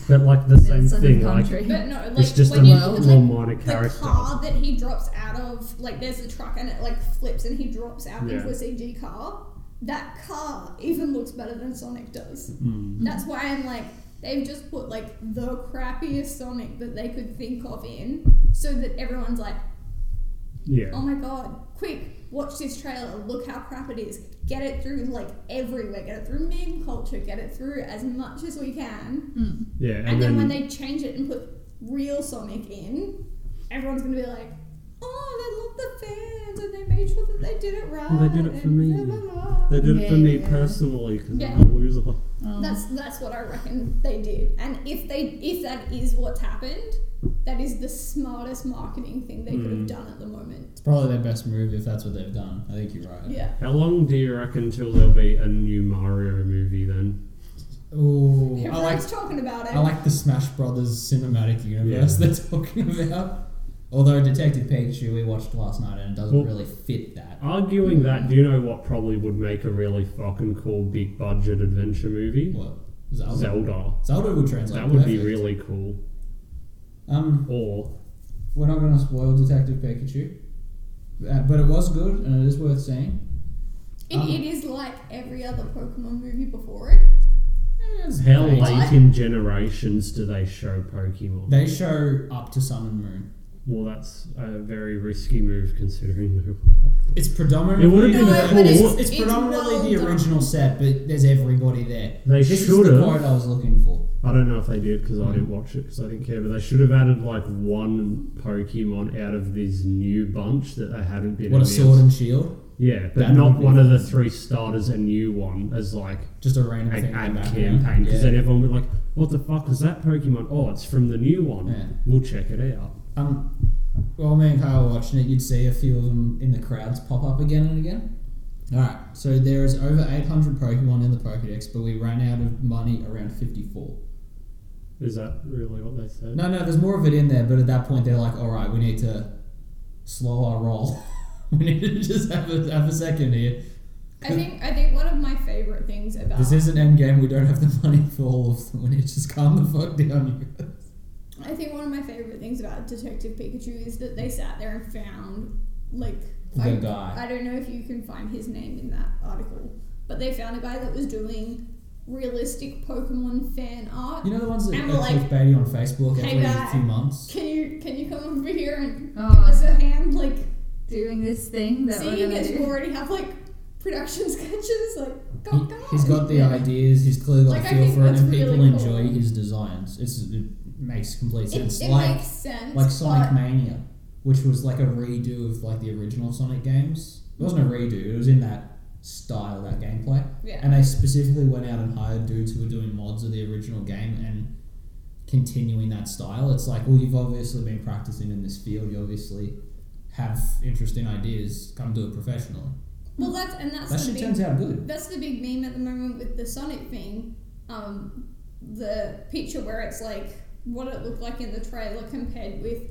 S1: but like the same thing, like
S4: But no, like
S1: it's just a
S4: when you look
S1: little
S4: at like,
S1: minor
S4: the
S1: character.
S4: car that he drops out of, like there's a truck and it like flips and he drops out
S1: Yeah.
S4: into a CG car. that car even looks better than Sonic does.
S1: Mm.
S4: That's why I'm like, they've just put like the crappiest Sonic that they could think of in, so that everyone's like,
S1: Yeah.
S4: oh my god, quick, watch this trailer, look how crap it is. Get it through like everywhere, get it through meme culture, get it through as much as we can.
S3: Hmm.
S1: Yeah.
S4: And, then, when they change it and put real Sonic in, everyone's gonna be like, oh, they love the fans and they made sure that they did it right.
S1: Well, they did it for
S4: and
S1: me.
S4: blah, blah, blah."
S1: They did it for me
S3: Yeah.
S1: personally because
S4: Yeah.
S1: I'm a loser.
S3: Um,
S4: That's that's what I reckon they did. And if they if that is what's happened, that is the smartest marketing thing they could
S2: Hmm.
S1: Mm.
S4: have done at the moment.
S2: It's probably their best move if that's what they've done. I think you're right.
S4: Yeah.
S1: How long do you reckon till there'll be a new Mario movie then?
S2: Ooh, I like
S4: Everyone's talking about it.
S2: I like the Smash Brothers cinematic universe they're talking about. Although Detective Pikachu we watched last night and it doesn't
S1: Well-
S2: really fit that.
S1: Arguing that, do you know what probably would make a really fucking cool big budget adventure movie?
S2: What Zelda?
S1: Zelda.
S2: Zelda would translate.
S1: That would be
S2: perfect.
S1: really cool.
S2: Um,
S1: Or
S2: we're not going to spoil Detective Pikachu, uh, but it was good and it is worth seeing.
S4: it,
S2: um,
S4: it is like every other Pokemon movie before it.
S2: Eh, it's
S1: how
S2: great.
S1: late in generations do they show Pokemon?
S2: They show up to Sun and Moon.
S1: Well, that's a very risky move considering no one liked it.
S2: It's predominantly
S1: It would've been
S4: No,
S1: but it's-
S2: it's,
S4: it's
S2: predominantly
S4: well
S2: the
S4: done.
S2: original set, but there's everybody there.
S1: They
S2: this is
S1: should've.
S2: the quote I was looking for.
S1: I don't know if they did because I didn't watch it because I didn't care, but they should have added like one Pokemon out of this new bunch that they hadn't been.
S2: What a
S1: announced.
S2: sword and shield,
S1: Yeah, but
S2: That
S1: not
S2: would be
S1: one of the
S2: fun.
S1: three starters, a new one as like
S2: just a random
S1: an
S2: thing. in
S1: ad
S2: the background.
S1: campaign because
S2: Yeah.
S1: then everyone would be like, "What the fuck is that Pokemon? Oh, it's from the new one.
S2: Yeah.
S1: We'll check it out."
S2: Um, well, me and Kyle were watching it. You'd see a few of them in the crowds pop up again and again. All right, so there is over 800 Pokemon in the Pokedex, but we ran out of money around 54.
S1: Is that really what they said?
S2: No, no, there's more of it in there, but at that point they're like, all right, we need to slow our roll. we need to just have a, have a second here.
S4: I think I think one of my favorite things about
S2: This isn't Endgame. We don't have the money for all of them. We need to just calm the fuck down. You guys.
S4: I think one of my favorite things about Detective Pikachu is that they sat there and found like
S2: The
S4: I-
S2: guy.
S4: I don't know if you can find his name in that article, but they found a guy that was doing realistic Pokemon fan art.
S2: You know the ones that
S4: And
S2: are
S4: we're like,
S2: clickbaity on Facebook
S4: "Hey,
S2: every
S4: guy."
S2: few months?
S4: Can you can you come over here and give us
S3: Oh,
S4: a hand? Like
S3: doing this thing that we're
S4: seeing
S3: gonna
S4: as you
S3: do.
S4: already have like production sketches, like
S2: He,
S4: go go.
S2: has got the ideas. He's clearly got
S4: Like,
S2: a
S4: I
S2: feel
S4: think
S2: for it,
S4: that's
S2: and people
S4: really
S2: enjoy
S4: cool.
S2: his designs. It's, it makes complete sense.
S4: It, it
S2: like
S4: makes sense.
S2: like Sonic
S4: but
S2: Mania, which was like a redo of like the original Sonic games. It wasn't a redo. It was in that style, that gameplay.
S4: Yeah.
S2: And they specifically went out and hired dudes who were doing mods of the original game and continuing that style. It's like, well, you've obviously been practicing in this field. You obviously have interesting ideas. Come do it professionally.
S4: Well, that's and that's
S2: That
S4: the
S2: shit
S4: big
S2: turns out good.
S4: That's the big meme at the moment with the Sonic thing. Um, the picture where it's like what it looked like in the trailer compared with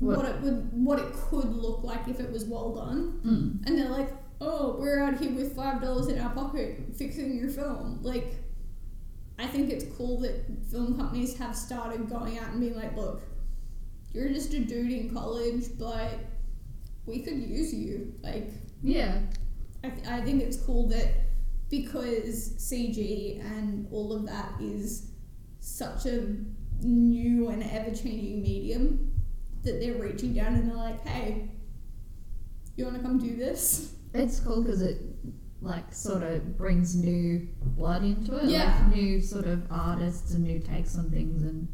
S4: what,
S3: What-
S4: it would what it could look like if it was well done.
S3: Mm.
S4: And they're like, "Oh, we're out here with five dollars in our pocket fixing your film." Like, I think it's cool that film companies have started going out and being like, "Look, you're just a dude in college, but we could use you." Like.
S3: Yeah.
S4: I, th- I think it's cool that because CG and all of that is such a new and ever changing medium that they're reaching down and they're like, hey, you want to come do this?
S3: It's cool because it like sort of brings new blood into it.
S4: Yeah.
S3: Like new sort of artists and new takes on things and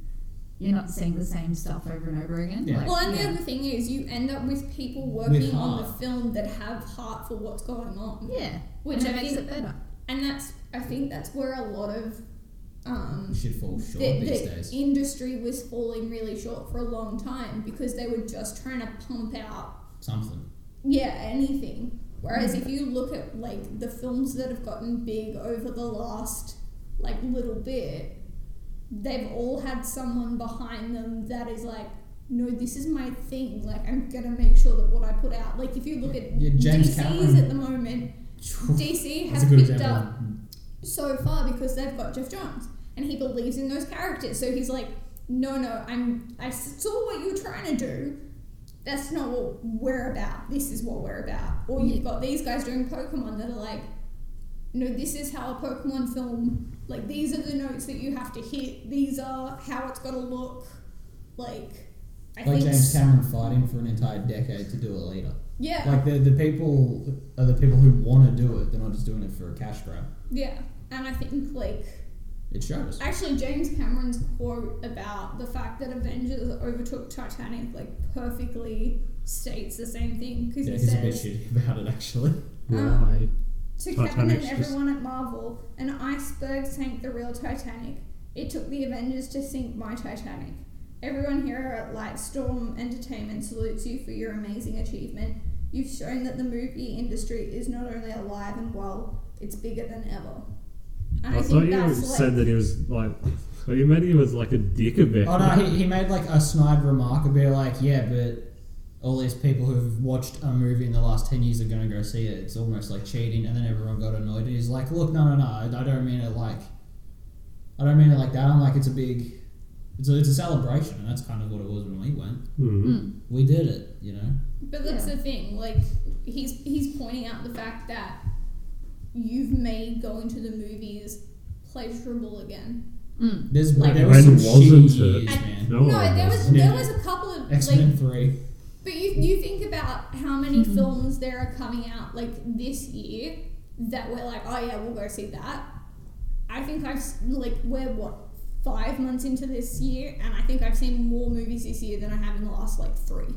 S3: you're not seeing the same stuff over and over again.
S2: Yeah.
S3: Like,
S4: Well, and the
S3: yeah.
S4: other thing is, you end up with people working on the
S2: heart.
S4: film that have heart for what's going on.
S3: yeah.
S4: Which
S3: and
S4: I
S3: it makes it
S4: think,
S3: better.
S4: and that's, I think that's where a lot of, um,
S2: Shit falls short
S4: the,
S2: these
S4: the
S2: days.
S4: industry was falling really short for a long time because they were just trying to pump out
S2: Something.
S4: yeah anything whereas
S2: Hmm.
S4: if you look at like the films that have gotten big over the last like little bit they've all had someone behind them that is like no this is my thing like i'm gonna make sure that what i put out like if you look at
S2: Yeah, James
S4: dc's
S2: Cameron.
S4: at the moment dc
S2: That's
S4: has
S2: a good
S4: picked
S2: example.
S4: up so far because they've got Jeff Jones and he believes in those characters. So he's like, no, no, I'm I saw what you're trying to do. That's not what we're about. This is what we're about. Or you've got these guys doing Pokemon that are like, no, this is how a Pokemon film, like, these are the notes that you have to hit, these are how it's got to look. Like,
S2: like
S4: I think.
S2: James
S4: s-
S2: Cameron fighting for an entire decade to do it later.
S4: yeah,
S2: Like the the people are the people who want to do it. They're not just doing it for a cash grab.
S4: yeah. And I think, like,
S2: It shows.
S4: Actually, James Cameron's quote about the fact that Avengers overtook Titanic like perfectly states the same thing because
S2: Yeah,
S4: he
S2: he's a bit
S4: says
S2: shitty about it actually.
S1: Why?
S4: to Kevin and
S1: Titanic's just-
S4: everyone at Marvel, an iceberg sank the real Titanic. It took the Avengers to sink my Titanic. Everyone here at Lightstorm Entertainment salutes you for your amazing achievement. You've shown that the movie industry is not only alive and well, it's bigger than ever. And I,
S1: I, thought
S4: think
S1: you
S4: that's like,
S1: said that he was like. Well, you meant he was like a dick about
S2: Oh no, he, he made like a snide remark and be like, yeah, but all these people who've watched a movie in the last 10 years are going to go see it. It's almost like cheating. And then everyone got annoyed. And he's like, look, no, no, no, I- I don't mean it like, I don't mean it like that. I'm like, it's a big, it's a, it's a celebration. And that's kind of what it was when we went.
S4: Hmm.
S1: Mhm.
S3: Mm.
S2: We did it, you know?
S4: But that's
S3: Yeah.
S4: the thing, like he's he's pointing out the fact that you've made going to the movies pleasurable again.
S3: Mm.
S2: There's,
S4: Like-
S2: there was some
S1: When wasn't
S2: shitty
S1: it?
S2: years,
S4: And-
S2: man.
S1: No,
S4: no, there was
S2: Yeah.
S4: there was a couple of
S2: X
S4: like,
S2: Men 3.
S4: but you you think about how many films there are coming out like this year that we're like, oh yeah, we'll go see that. I think I've s- like we're what five months into this year, and I think I've seen more movies this year than I have in the last like three.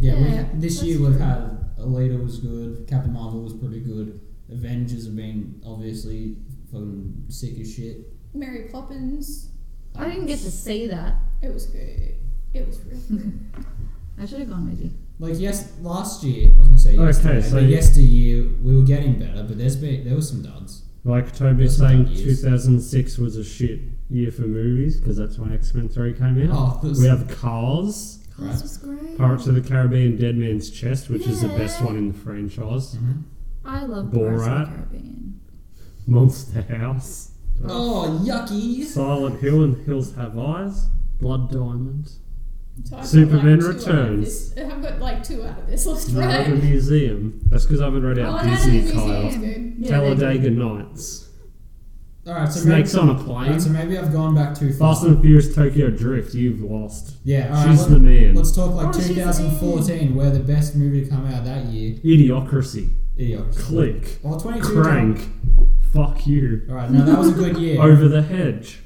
S2: Yeah, we
S3: Yeah,
S2: ha- this
S4: that's
S2: year we've
S4: true.
S2: had Alita was good, Captain Marvel was pretty good, Avengers have been obviously fucking sick as shit.
S4: Mary Poppins,
S3: I didn't get to see that.
S4: it was good. It was really good.
S3: I should have gone with you.
S2: Like yes, last year I was gonna say
S1: Okay,
S2: yesterday,
S1: so
S2: but
S1: you-
S2: yesteryear we were getting better, but there's been there was some duds.
S1: Like Toby's
S2: That's not
S1: saying,
S2: bad news.
S1: 2006 was a shit year for movies because that's when X Men 3 came out.
S2: Oh, there's,
S1: We have Cars,
S3: Oh,
S2: Right.
S3: this was great.
S1: Pirates of the Caribbean, Dead Man's Chest, which is the best
S3: Yeah.
S1: one in the franchise,
S2: Mhm.
S3: I love Pirates of
S1: Borat.
S3: the Caribbean.
S1: Monster House,
S2: oh yuckies.
S1: Silent Hill and Hills Have Eyes, Blood Diamond,
S4: So I've got,
S1: Superman
S4: like, two out of
S1: Returns.
S4: this- I've got like two out of this list,
S1: Night
S4: right?
S1: at the Museum. That's because I haven't read
S4: Oh,
S1: out
S4: Night at the
S1: Disney,
S4: Museum.
S1: Kyle.
S4: That's good.
S3: Yeah, they
S1: Talladega
S3: did.
S1: Nights,
S2: All right, so
S1: Snakes
S2: maybe,
S1: on a
S2: alright,
S1: Plane,
S2: so maybe I've gone back too far.
S1: Fast and Furious Tokyo Drift. You've lost.
S2: yeah, all right,
S1: She's
S2: let-
S1: the man.
S2: Let's talk like
S3: Oh, she's the man.
S2: 2014, where the best movie to come out that year.
S1: Idiocracy,
S2: Idiocracy.
S1: Click,
S2: Well, 22.
S1: Crank, Fuck You,
S2: All right, no, that was a good year.
S1: Over the Hedge.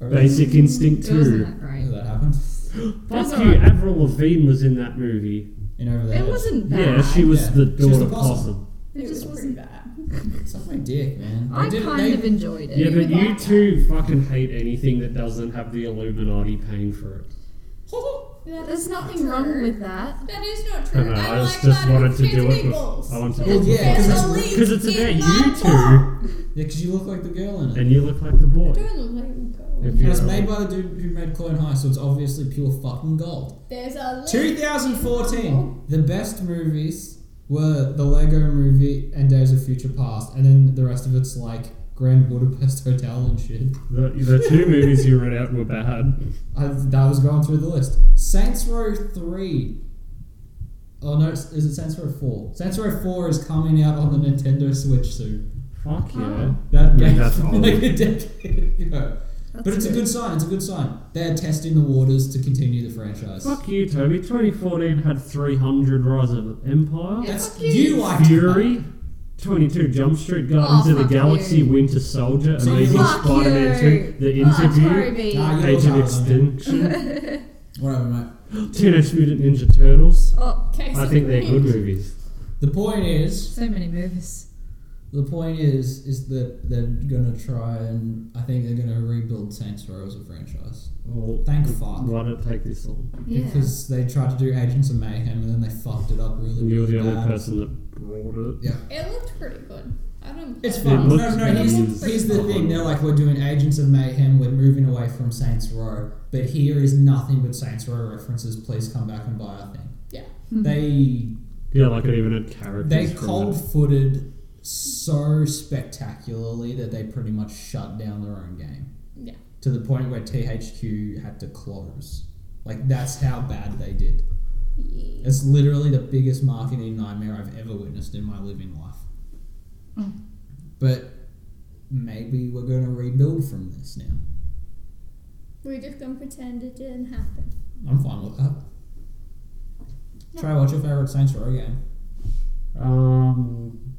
S1: Basic Instinct
S3: It wasn't
S1: 2.
S3: that
S2: How did
S3: great.
S2: that happen?
S1: Fuck
S3: That's
S1: you,
S3: alright.
S1: Avril Lavigne was in that movie.
S2: In over the
S3: It
S2: head.
S3: wasn't bad.
S1: Yeah, she was
S2: Yeah.
S1: the
S2: She was
S1: daughter
S2: the
S1: of
S2: possum.
S1: possum.
S3: It just wasn't.
S4: bad.
S2: Suck my dick, man.
S3: I
S2: They did-
S3: kind
S2: they-
S3: of enjoyed it.
S1: Yeah,
S4: You
S1: but
S4: would
S1: you
S4: like
S1: two fucking hate anything that doesn't have the Illuminati paying for it.
S4: That
S3: There's
S4: is not
S3: nothing wrong
S4: true.
S3: with that.
S4: That is not
S1: I
S4: true.
S1: know, I
S4: like
S1: just- just
S4: that
S1: wanted to
S4: with
S1: do it.
S4: Meatballs.
S1: I want to
S2: Well,
S1: do it.
S2: yeah, 'cause it's-
S4: Family
S1: Because it's
S4: in
S1: about
S4: my
S1: you
S4: box.
S1: two,
S2: Yeah, because you look like the girl in it.
S1: and you look like the boy.
S4: Don't look like me, girl.
S1: If
S2: And
S1: you-
S2: it's made by the dude who made Clone High, so it's obviously pure fucking gold.
S4: There's a link
S2: 2014, the best movies were the Lego Movie and Days of Future Past, and then the rest of it's like Grand Budapest Hotel and shit.
S1: The, the two movies you read out were bad.
S2: I, that was going through the list. Saints Row 3. Oh no, is it Saints Row 4? Saints Row 4 is coming out on the Nintendo Switch soon.
S1: Fuck yeah.
S3: Oh.
S2: That
S1: Yeah,
S2: game
S1: that's
S2: from
S1: old.
S2: like a decade ago.
S3: That's
S2: But it's a good sign, it's a good sign. They're testing the waters to continue the franchise.
S1: Fuck you, Toby. 2014 had 300 Rise of Empire.
S3: Yeah,
S2: That's
S3: fuck
S2: you,
S3: you.
S2: liked it.
S1: Fury, 22 Jump Street, Guardians
S3: Oh,
S1: of the
S3: fuck you.
S1: Galaxy, Winter Soldier,
S2: So
S1: Amazing
S3: Fuck
S1: Spider Man 2,
S3: you.
S1: The
S3: Fuck
S1: Interview,
S3: Toby.
S2: Nah, you-
S1: Age of
S2: Fuck.
S1: Extinction,
S2: Whatever, mate.
S1: Teenage Mutant Ninja Turtles.
S3: oh,
S4: Case
S1: I
S4: of
S1: think they're good
S4: Link.
S1: movies.
S2: The point is,
S3: so many movies.
S2: the point is, is that they're gonna try and I think they're gonna rebuild Saints Row as a franchise.
S1: Well,
S2: Thank fuck.
S1: Why did it take this long?
S3: Yeah.
S2: Because they tried to do Agents of Mayhem and then they fucked it up really,
S1: And you're
S2: really
S1: the only
S2: bad.
S1: person that brought it.
S2: Yeah.
S4: It looked pretty good. I don't.
S2: It's
S4: blame
S2: fun.
S1: It
S2: No,
S1: looks
S2: no, here's,
S1: amazing.
S2: here's the thing. They're like, we're doing Agents of Mayhem, we're moving away from Saints Row, but here is nothing but Saints Row references. Please come back and buy our thing.
S4: Yeah.
S3: Hmm.
S2: They
S1: Yeah, like it even had characters.
S2: they
S1: from
S2: cold
S1: it.
S2: footed so spectacularly that they pretty much shut down their own game.
S4: Yeah.
S2: To the point where THQ had to close. Like that's how bad they did.
S4: Yeah.
S2: It's literally the biggest marketing nightmare I've ever witnessed in my living life. But maybe we're going to rebuild from this now.
S4: We're just gonna pretend it didn't happen.
S2: I'm fine with that. Try what's your favorite Saints Row game?
S1: Um,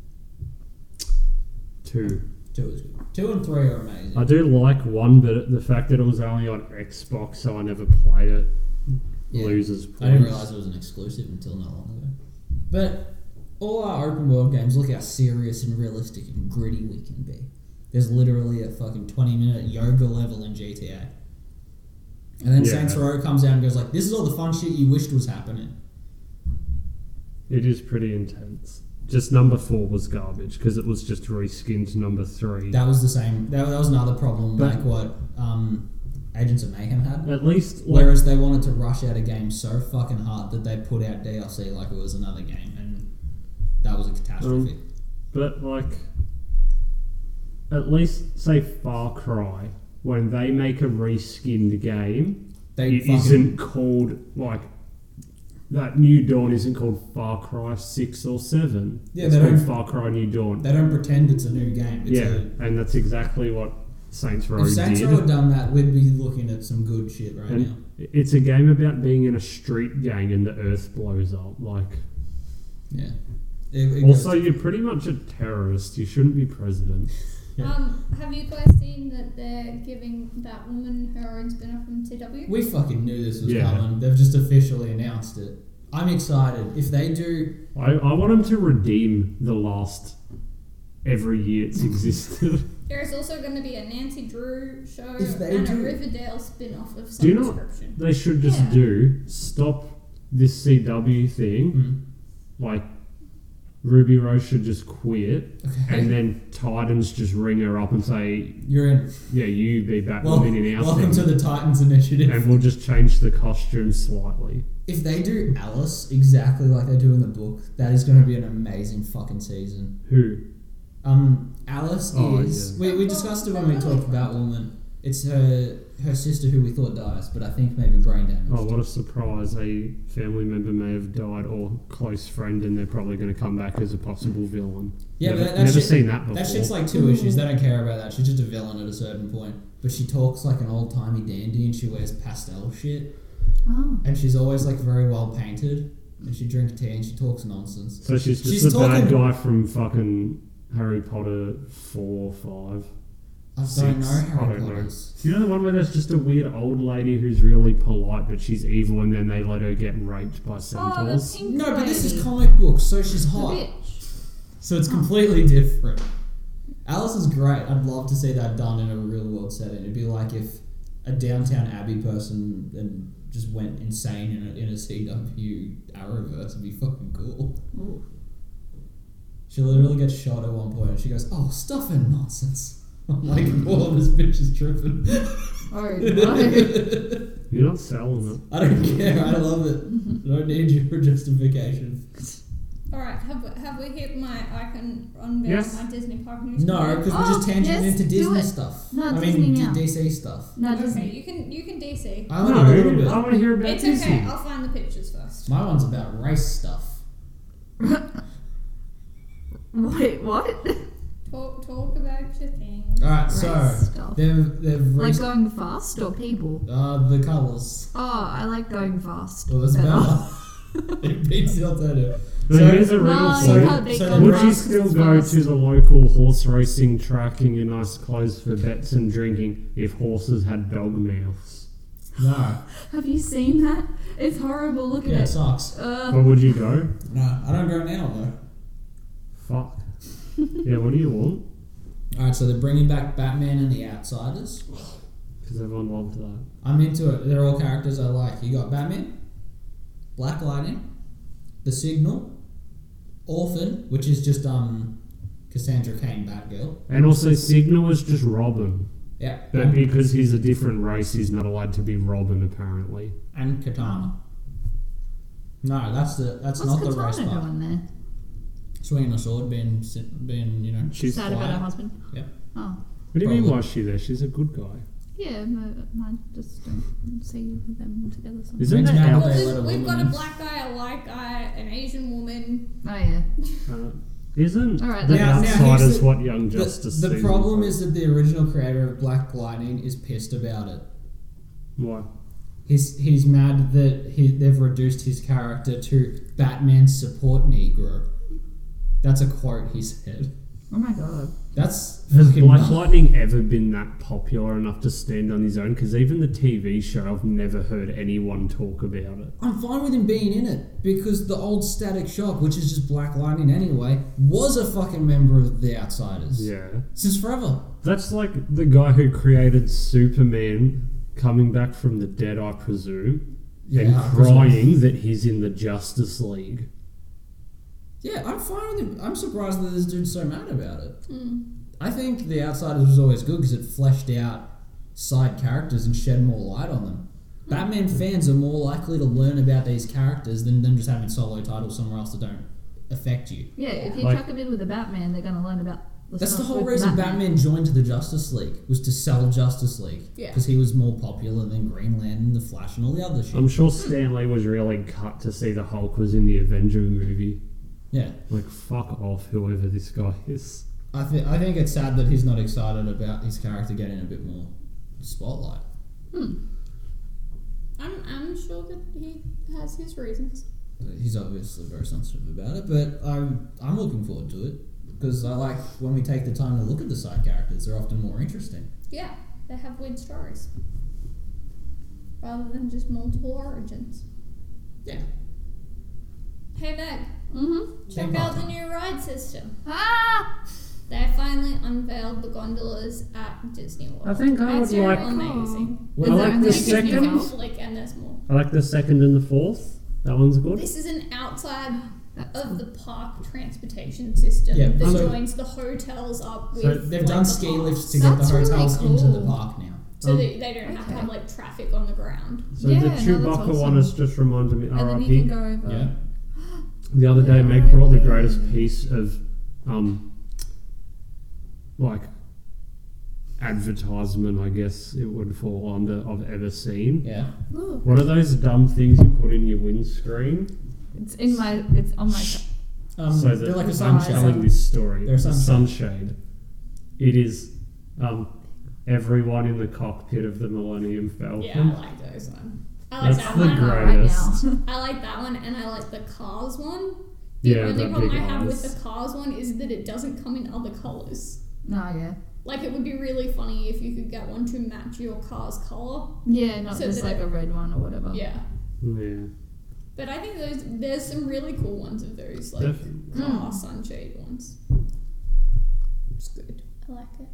S1: two.
S2: Two is good. Two and three are amazing.
S1: I do like one, but the fact that it was only on Xbox, so I never played it,
S2: Yeah.
S1: loses
S2: I didn't
S1: points.
S2: realize it was an exclusive until not long ago. But all our open world games, look how serious and realistic and gritty we can be. There's literally a fucking 20 minute yoga level in GTA. And then
S1: Yeah.
S2: Saints Row comes out and goes like, this is all the fun shit you wished was happening.
S1: It is pretty intense. Just number four was garbage because it was just reskinned number three.
S2: That was the same. That, that was another problem
S1: Mm. But-
S2: like what um, Agents of Mayhem had.
S1: At least, like,
S2: Whereas they wanted to rush out a game so fucking hard that they put out DLC like it was another game. And that was a catastrophe.
S1: Um, but like, at least say Far Cry when they make a reskinned game,
S2: they
S1: it
S2: fucking-
S1: isn't called like that. New Dawn isn't called Far Cry six or seven.
S2: Yeah,
S1: it's
S2: they
S1: called
S2: don't-
S1: Far Cry New Dawn.
S2: They don't pretend it's a new game. It's
S1: Yeah, and that's exactly what Saints
S2: a,
S1: Row
S2: if Saints
S1: did.
S2: Row had done that, we'd be looking at some good shit right
S1: And-
S2: now.
S1: It's a game about being in a street gang and the earth blows up. Like,
S2: Yeah. It- it
S1: also,
S2: goes-
S1: you're pretty much a terrorist. You shouldn't be president.
S2: Yeah.
S4: Um, have you guys seen that they're giving that woman her own spin off from TW?
S2: we fucking knew this was
S1: Yeah.
S2: coming. They've just officially announced it. I'm excited. If they do,
S1: I, I want him to redeem the last every year
S2: Mm.
S1: it's existed.
S4: There's also going to be a Nancy Drew show
S2: If they
S4: and a
S2: do-
S4: Riverdale spin off of some
S1: Do you know-
S4: description.
S1: they should just
S3: Yeah.
S1: do stop this CW thing.
S2: Mm.
S1: Like, Ruby Rose should just quit,
S2: okay,
S1: and then Titans just ring her up and say,
S2: you're in.
S1: "Yeah, you be Batwoman
S2: Well,
S1: in our
S2: welcome
S1: thing,"
S2: to the Titans Initiative.
S1: and we'll just change the costume slightly.
S2: if they do Alice exactly like they do in the book, that is going to be an amazing fucking season.
S1: Who?
S2: Um, Alice
S1: Oh,
S2: is. We, we discussed it when we talked about Woman. It's her her sister who we thought dies, but I think maybe brain damage.
S1: Oh, what a surprise. A family member may have died or close friend, and they're probably going to come back as a possible villain.
S2: yeah,
S1: never,
S2: but that, that,
S1: never
S2: shit,
S1: seen that before.
S2: that shit's like two issues. They don't care about that. She's just a villain at a certain point. But she talks like an old timey dandy, and she wears pastel shit,
S3: Oh.
S2: and she's always like very well painted, and she drinks tea and she talks nonsense.
S1: so she's just
S2: she's
S1: a bad
S2: talking-
S1: guy from fucking Harry Potter 4 or 5.
S2: I don't
S1: Six.
S2: know
S1: I
S2: Harry
S1: don't know.
S2: Potter's.
S1: You know the one where there's just a weird old lady who's really polite, but she's evil, and then they let her get raped by
S3: Oh, the
S1: centaurs?
S3: pink
S2: No, but this
S3: lady.
S2: is comic book, so she's
S3: The
S2: hot.
S3: bitch.
S2: So it's completely different. Alice is great. I'd love to see that done in a real world setting. It'd be like if a downtown Abbey person and just went insane in a, in a CW Arrowverse. It'd be fucking cool.
S3: Ooh.
S2: She literally gets shot at one point and she goes, "Oh, stuff and nonsense." I'm like, "Oh, this bitch is tripping."
S3: Oh, no.
S2: I
S1: You're not selling it.
S2: don't care. I love it. I don't need your justification.
S4: Alright, have, have we hit my I can unveil
S1: Yes.
S4: my Disney Park news?
S2: No, because we're just
S3: Oh,
S2: tangenting
S3: yes,
S2: into
S3: do
S2: Disney
S3: it.
S2: stuff.
S3: No,
S2: I
S3: Disney
S2: mean, D-
S3: now.
S2: DC stuff.
S3: no,
S4: Okay,
S3: Disney.
S4: you can, you can DC.
S2: I only
S1: No,
S2: know a little bit.
S1: I want to hear about
S4: It's
S1: Disney.
S4: okay, I'll find the pictures first.
S2: My one's about race stuff.
S3: Wait, what?
S4: Talk, talk about your thing.
S2: All right,
S3: Race
S2: so
S3: stuff.
S2: they've they've
S3: Like
S2: reached
S3: going fast or people?
S2: uh, the colours.
S3: Oh, I like going fast.
S2: Well, that's
S3: better.
S2: better. it beats the alternative.
S1: But
S2: So-
S1: here's a riddle
S3: No,
S1: for
S3: you
S1: you.
S3: can't be
S2: So
S3: going
S2: would
S1: Would you
S3: fast,
S1: still
S3: it's
S1: go
S3: fast.
S1: to the local horse racing track in your nice clothes for bets and drinking if horses had dog mouths?
S2: No,
S3: Have you seen that? It's horrible. Look at
S2: yeah, it
S3: it.
S2: sucks.
S3: Uh,
S1: Where would you go?
S2: No, I don't go now though.
S1: Fuck. yeah, what do you want?
S2: All right, so they're bringing back Batman and the Outsiders.
S1: Because everyone loved that.
S2: I'm into it. They're all characters I like. You got Batman, Black Lightning, The Signal, Orphan, which is just um Cassandra Cain, Batgirl.
S1: And also, Signal is just Robin.
S2: Yeah,
S1: But because he's a different race, he's not allowed to be Robin, apparently.
S2: and Katana. No, that's the that's
S3: what's
S2: not the race
S3: Katana
S2: part.
S3: doing there?
S2: Swinging a sword, being si- being you know.
S1: She's.
S3: Sad
S1: What
S2: fine.
S3: about her husband.
S2: Yeah.
S3: Oh,
S1: do you mean,
S2: Probably.
S1: why is she there? She's a good guy.
S3: yeah. No, I just don't see them together. Sometimes.
S1: Isn't
S2: Mention
S1: that
S2: how
S1: out
S4: Well,
S2: they
S4: this-
S2: let a woman
S4: we've got a
S2: in.
S4: black guy, a white guy, an Asian woman,
S3: Oh yeah.
S1: Uh, Isn't
S3: All right,
S1: the
S3: then. Now-
S2: now
S1: outsiders
S2: here's the-
S1: what Young
S2: The-
S1: Justice
S2: the
S1: season
S2: problem
S1: four-
S2: is that the original creator of Black Lightning is pissed about it.
S1: Why?
S2: He's he's mad that he, they've reduced his character to Batman's support Negro. That's a quote he said.
S3: Oh my god.
S2: That's
S1: Has
S2: fucking
S1: Black
S2: nuts.
S1: Lightning ever been that popular enough to stand on his own? Because even the TV show, I've never heard anyone talk about it.
S2: I'm fine with him being in it because the old Static Shock, which is just Black Lightning anyway, was a fucking member of the Outsiders
S1: Yeah.
S2: since forever.
S1: That's like the guy who created Superman coming back from the dead, I presume, and
S2: Yeah,
S1: crying that he's in the Justice League.
S2: Yeah, I'm fine with him. I'm surprised that this dude's so mad about it. I think The Outsiders was always good because it fleshed out side characters and shed more light on them. Batman fans are more likely to learn about these characters than them just having solo titles somewhere else that don't affect you.
S3: Yeah, if you
S1: Like-
S3: chuck them in with the Batman, they're going to learn about the
S2: That's the
S3: stuff
S2: whole
S3: with
S2: reason Batman joined the Justice League was to sell Justice League
S4: Yeah.
S2: because he was more popular than Green Lantern, The Flash, and all the other shit.
S1: I'm sure Stan Lee was really cut to see the Hulk was in the Avenger movie.
S2: yeah,
S1: Like, fuck off, whoever this guy is.
S2: I think I think it's sad that he's not excited about his character getting a bit more spotlight.
S4: I'm, I'm sure that he has his reasons.
S2: He's obviously very sensitive about it, but I'm I'm looking forward to it because I like when we take the time to look at the side characters; they're often more interesting.
S4: Yeah, they have weird stories. Rather than just multiple origins.
S2: Yeah.
S4: Hey Meg,
S3: Mm-hmm.
S4: check
S2: Big
S4: out the
S2: Papa.
S4: new ride system.
S3: Ah!
S4: They finally unveiled the gondolas at Disney World.
S1: I think I
S4: That's
S1: would like-
S4: amazing.
S1: Well, I
S3: Is there
S1: like the
S3: anything you can
S1: second.
S3: do?
S4: Like, and there's more.
S1: I like the second and the fourth. That one's good.
S4: This is an outside
S3: That's
S4: of
S3: cool.
S4: the park transportation system
S2: Yeah,
S4: that
S2: so-
S4: joins the hotels up with.
S1: So
S2: They've
S4: like,
S2: done
S4: the
S2: ski
S4: parks.
S2: lifts to get the
S3: That's really
S2: hotels into the
S3: cool.
S2: park now.
S4: so
S1: Um,
S4: they, they don't have to
S3: okay.
S4: have like traffic on the ground.
S1: So
S3: Yeah,
S1: the
S3: no, that's
S1: Chewbacca one
S3: awesome.
S1: has just reminded me.
S3: And then
S1: R.I.P.
S3: you can go over.
S2: Yeah.
S1: The other day,
S3: Yeah,
S1: Meg brought the
S3: right.
S1: greatest piece of, um, like, advertisement, I guess it would fall under, I've ever seen.
S2: Yeah.
S3: Look,
S1: What are those dumb things you put in your windscreen?
S3: it's in my. It's on my.
S2: Um,
S1: so
S2: they're
S1: that
S2: like a
S1: I'm
S2: sunshade.
S1: telling this story.
S2: They're
S1: There's a
S2: sunshade.
S1: sunshade. It is um, everyone in the cockpit of the Millennium Falcon.
S4: Yeah, I like those one. I like
S1: That's
S4: that
S1: the
S4: one.
S1: great-
S3: Right now.
S4: I like that one, and I like the cars one. The
S1: Yeah,
S4: only
S1: that
S4: problem I
S1: big
S4: have with
S1: eyes.
S4: the cars one is that it doesn't come in other colors.
S3: no, yeah.
S4: Like it would be really funny if you could get one to match your car's color.
S3: Yeah, not
S4: So
S3: just
S4: did
S3: like
S4: it-
S3: a red one or whatever.
S4: Yeah,
S1: Yeah.
S4: but I think those there's some really cool ones of those like
S1: Definitely.
S4: car sunshade ones. It's good. I like it.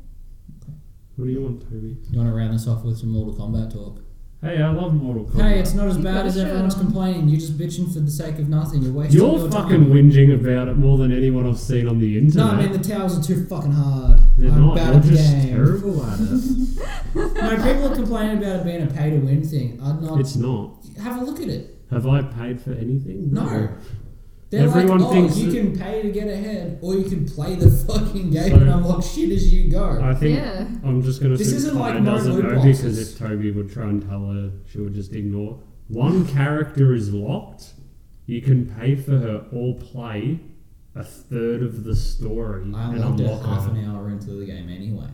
S1: What do you want, Toby?
S2: You want to round this off with some Mortal Kombat talk?
S1: Hey, I love Mortal Kombat.
S2: Hey, it's not as
S3: You've got
S2: bad
S3: a
S2: as
S3: shirt
S2: everyone's
S3: on.
S2: complaining. You're just bitching for the sake of nothing. You're wasting
S1: You're
S2: your
S1: fucking
S2: time.
S1: whinging about it more than anyone I've seen on the internet.
S2: No, I mean the towers are too fucking hard.
S1: They're
S2: I'm
S1: not.
S2: bad
S1: You're
S2: at the
S1: just
S2: game.
S1: terrible at it.
S2: No, people are complaining about it being a pay to win thing. I'd not
S1: it's not.
S2: have a look at it.
S1: Have I paid for anything?
S2: No. They're
S1: Everyone
S2: like, oh,
S1: thinks
S2: you
S1: that-
S2: can pay to get ahead, or you can play the fucking game
S1: So-
S2: and unlock shit as you go.
S1: I think
S3: Yeah.
S1: I'm just going to
S2: This
S1: say
S2: isn't like
S1: Kai doesn't
S2: Mario
S1: know
S2: boxes.
S1: because if Toby would try and tell her, she would just ignore. One character is locked. You can pay for her or play a third of the story
S2: I
S1: and
S2: unlocked it
S1: unlock
S2: half
S1: her.
S2: an hour into the game anyway.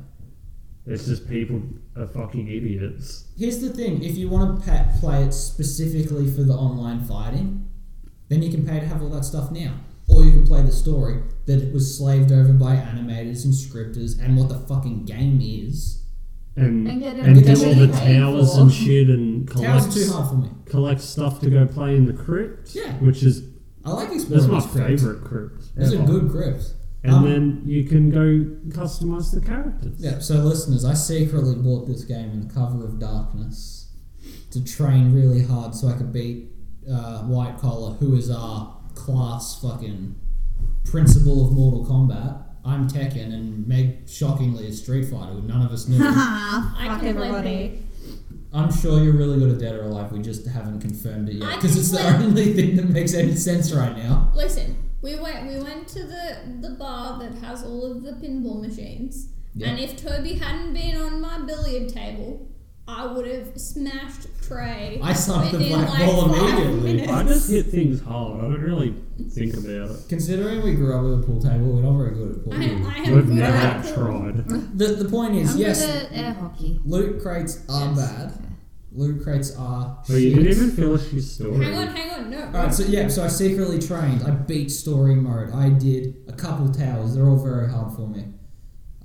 S1: It's just people are fucking idiots.
S2: Here's the thing: if you want to pa- play it specifically for the online fighting, then you can pay to have all that stuff now, or you can play the story that it was slaved over by animators and scripters and what the fucking game is.
S1: And,
S3: And get
S1: and do
S2: everything
S1: all the
S2: you
S3: paid
S1: towers
S3: for.
S1: and shit and
S2: Towers
S1: collect,
S2: are too hard for me.
S1: collect stuff to go play in the crypt.
S2: Yeah.
S1: Which is
S2: I like
S1: That's
S2: exploring
S1: my
S2: this crypt.
S1: favourite crypt.
S2: These are
S1: ever.
S2: good crypts.
S1: And
S2: Um,
S1: then you can go customize the characters.
S2: Yeah, so listeners, I secretly bought this game in the cover of darkness to train really hard so I could beat uh, White Collar, who is our class fucking principal of Mortal Kombat. I'm Tekken, and Meg, shockingly, is Street Fighter, who none of us knew.
S4: I
S3: Fuck
S4: can
S3: everybody.
S2: I'm sure you're really good at Dead or Alive, we just haven't confirmed it yet,
S4: I
S2: because it's the
S4: can play-
S2: only thing that makes any sense right now.
S4: Listen, we went we went to the the bar that has all of the pinball machines.
S2: Yeah.
S4: And if Toby hadn't been on my billiard table, I would have smashed Trey.
S2: I sunk the
S4: within,
S2: black hole
S4: five
S2: immediately.
S4: minutes.
S1: I just hit things hard. I don't really think about it.
S2: Considering we grew up with a pool table, we're not very good at pool.
S4: I, I
S2: tables.
S4: have
S1: We've
S4: good
S1: never
S4: at-
S1: tried.
S2: The, the point is,
S3: I'm
S2: yes,
S3: good at air hockey.
S2: loot crates are
S3: Yes.
S2: bad. Loot crates are
S1: But Oh, you
S2: shit.
S1: didn't even finish your story.
S4: Hang on, hang on, no.
S2: Alright, so yeah, so I secretly trained. I beat story mode. I did a couple towers. They're all very hard for me.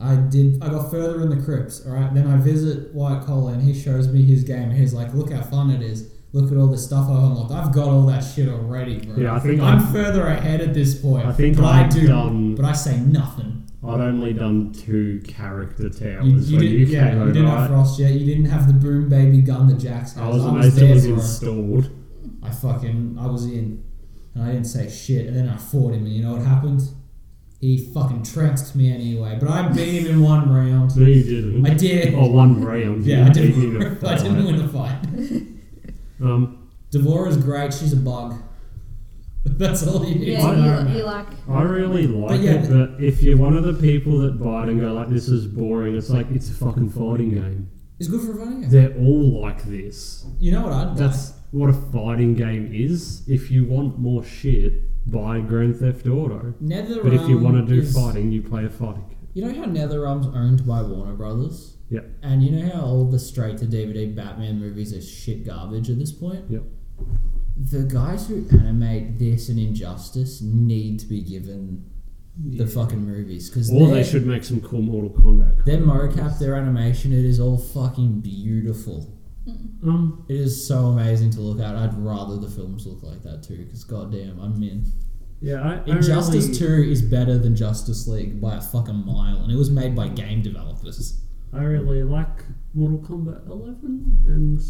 S2: I did. I got further in the crypts. All right, then I visit White Collar, and he shows me his game. And he's like, "Look how fun it is! Look at all the stuff I've unlocked. I've got all that shit already, bro.
S1: Yeah, I think
S2: I'm,
S1: I've-
S2: further ahead at this point.
S1: I think
S2: but I
S1: I've
S2: do,
S1: done-
S2: but I say nothing.
S1: I've only done two character towers
S2: You, you
S1: when
S2: didn't,
S1: you
S2: yeah,
S1: came
S2: you
S1: over.
S2: didn't
S1: I-
S2: have frost yet. You didn't have the boom baby gun that Jack's has.
S1: I was
S2: I
S1: amazed it
S2: there
S1: was
S2: for it.
S1: installed.
S2: I fucking I was in and I didn't say shit and then I fought him and you know what happened? He fucking trounced me anyway, but I beat him in one round.
S1: No, you didn't.
S2: I did.
S1: Oh, one round.
S2: yeah, I
S1: You beat me
S2: didn't.
S1: in a
S2: I didn't
S1: fight.
S2: win the fight.
S1: Um,
S2: Devora's great. She's a bug. That's all you need to know.
S3: Yeah, you, you like.
S1: I really like
S2: But yeah,
S1: it, but if you're one of the people that bite and go like, "This is boring," it's like it's a fucking fighting game.
S2: It's good for running. game.
S1: They're all like this.
S2: You know what I'd buy?
S1: That's what a fighting game is. If you want more shit, buy Grand Theft Auto.
S2: Netherrealm.
S1: But if you want to do
S2: is-
S1: fighting, you play a fighting game.
S2: you know how Netherrealm's owned by Warner Brothers.
S1: Yep.
S2: And you know how all the straight to DVD Batman movies are shit garbage at this point.
S1: Yep.
S2: the guys who animate this and Injustice need to be given the fucking movies because
S1: Or they
S2: their-
S1: should make some cool Mortal Kombat.
S2: Their mocap, their animation, it is all fucking beautiful.
S1: Um,
S2: It is so amazing to look at. I'd rather the films look like that too, because goddamn, I'm in.
S1: yeah, I, I
S2: Injustice
S1: really,
S2: 2 is better than Justice League by a fucking mile, and it was made by game developers.
S1: I really like Mortal Kombat 11, and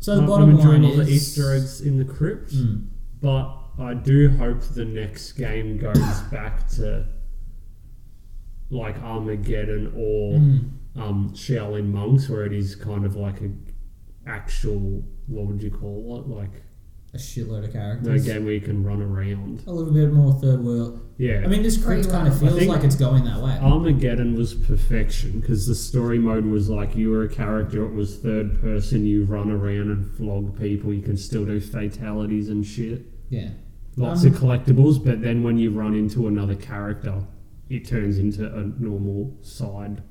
S2: So the
S1: I'm-
S2: bottom
S1: I'm enjoying
S2: line
S1: all
S2: is
S1: the Easter eggs in the crypt.
S2: Mm.
S1: But I do hope the next game goes back to like Armageddon or
S2: Mm.
S1: um, Shaolin Monks, where it is kind of like a actual what would you call it? Like
S2: A shitload of
S1: no
S2: characters.
S1: game where you can run around.
S2: A little bit more third world.
S1: Yeah.
S2: I mean, this crypt kind of
S1: I
S2: feels
S1: think-
S2: like it's going that way.
S1: Armageddon was perfection because the story mode was like you were a character, it was third person, you run around and flog people, you can still do fatalities and shit.
S2: Yeah.
S1: Lots
S2: Um,
S1: of collectibles, but then when you run into another character, it turns into a normal side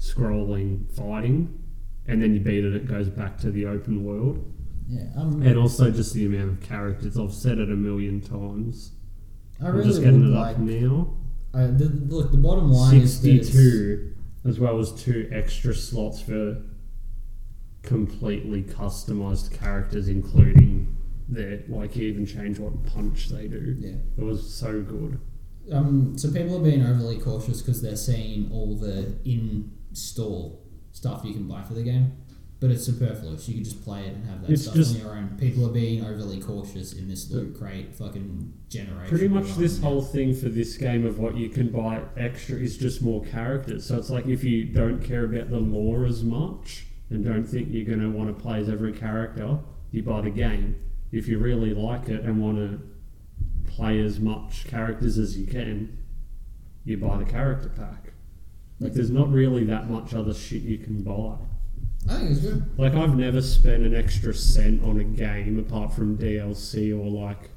S1: scrolling fighting, and then you beat it, it goes back to the open world.
S2: Yeah. I'm,
S1: And also just the amount of characters. I've said it a million times.
S2: I
S1: I'm
S2: really
S1: just getting
S2: would
S1: it
S2: like.
S1: up now.
S2: Uh, the, look, the bottom line is that it's-
S1: 62 as well as two extra slots for completely customized characters including their like you even change what punch they do
S2: yeah.
S1: it was so good
S2: Um, so people are being overly cautious because they're seeing all the in-store stuff you can buy for the game, but it's superfluous. You can just play it and have that
S1: It's
S2: stuff
S1: just-
S2: on your own. People are being overly cautious in this loot crate fucking generation.
S1: pretty
S2: we're
S1: much
S2: on
S1: this
S2: now.
S1: whole thing for this game of what you can buy extra is just more characters so it's like if you don't care about the lore as much and don't think you're going to want to play as every character you buy the game if you really like it and want to play as much characters as you can you buy the character pack like there's not really that much other shit you can buy
S2: I think it's good.
S1: like I've never spent an extra cent on a game apart from DLC or like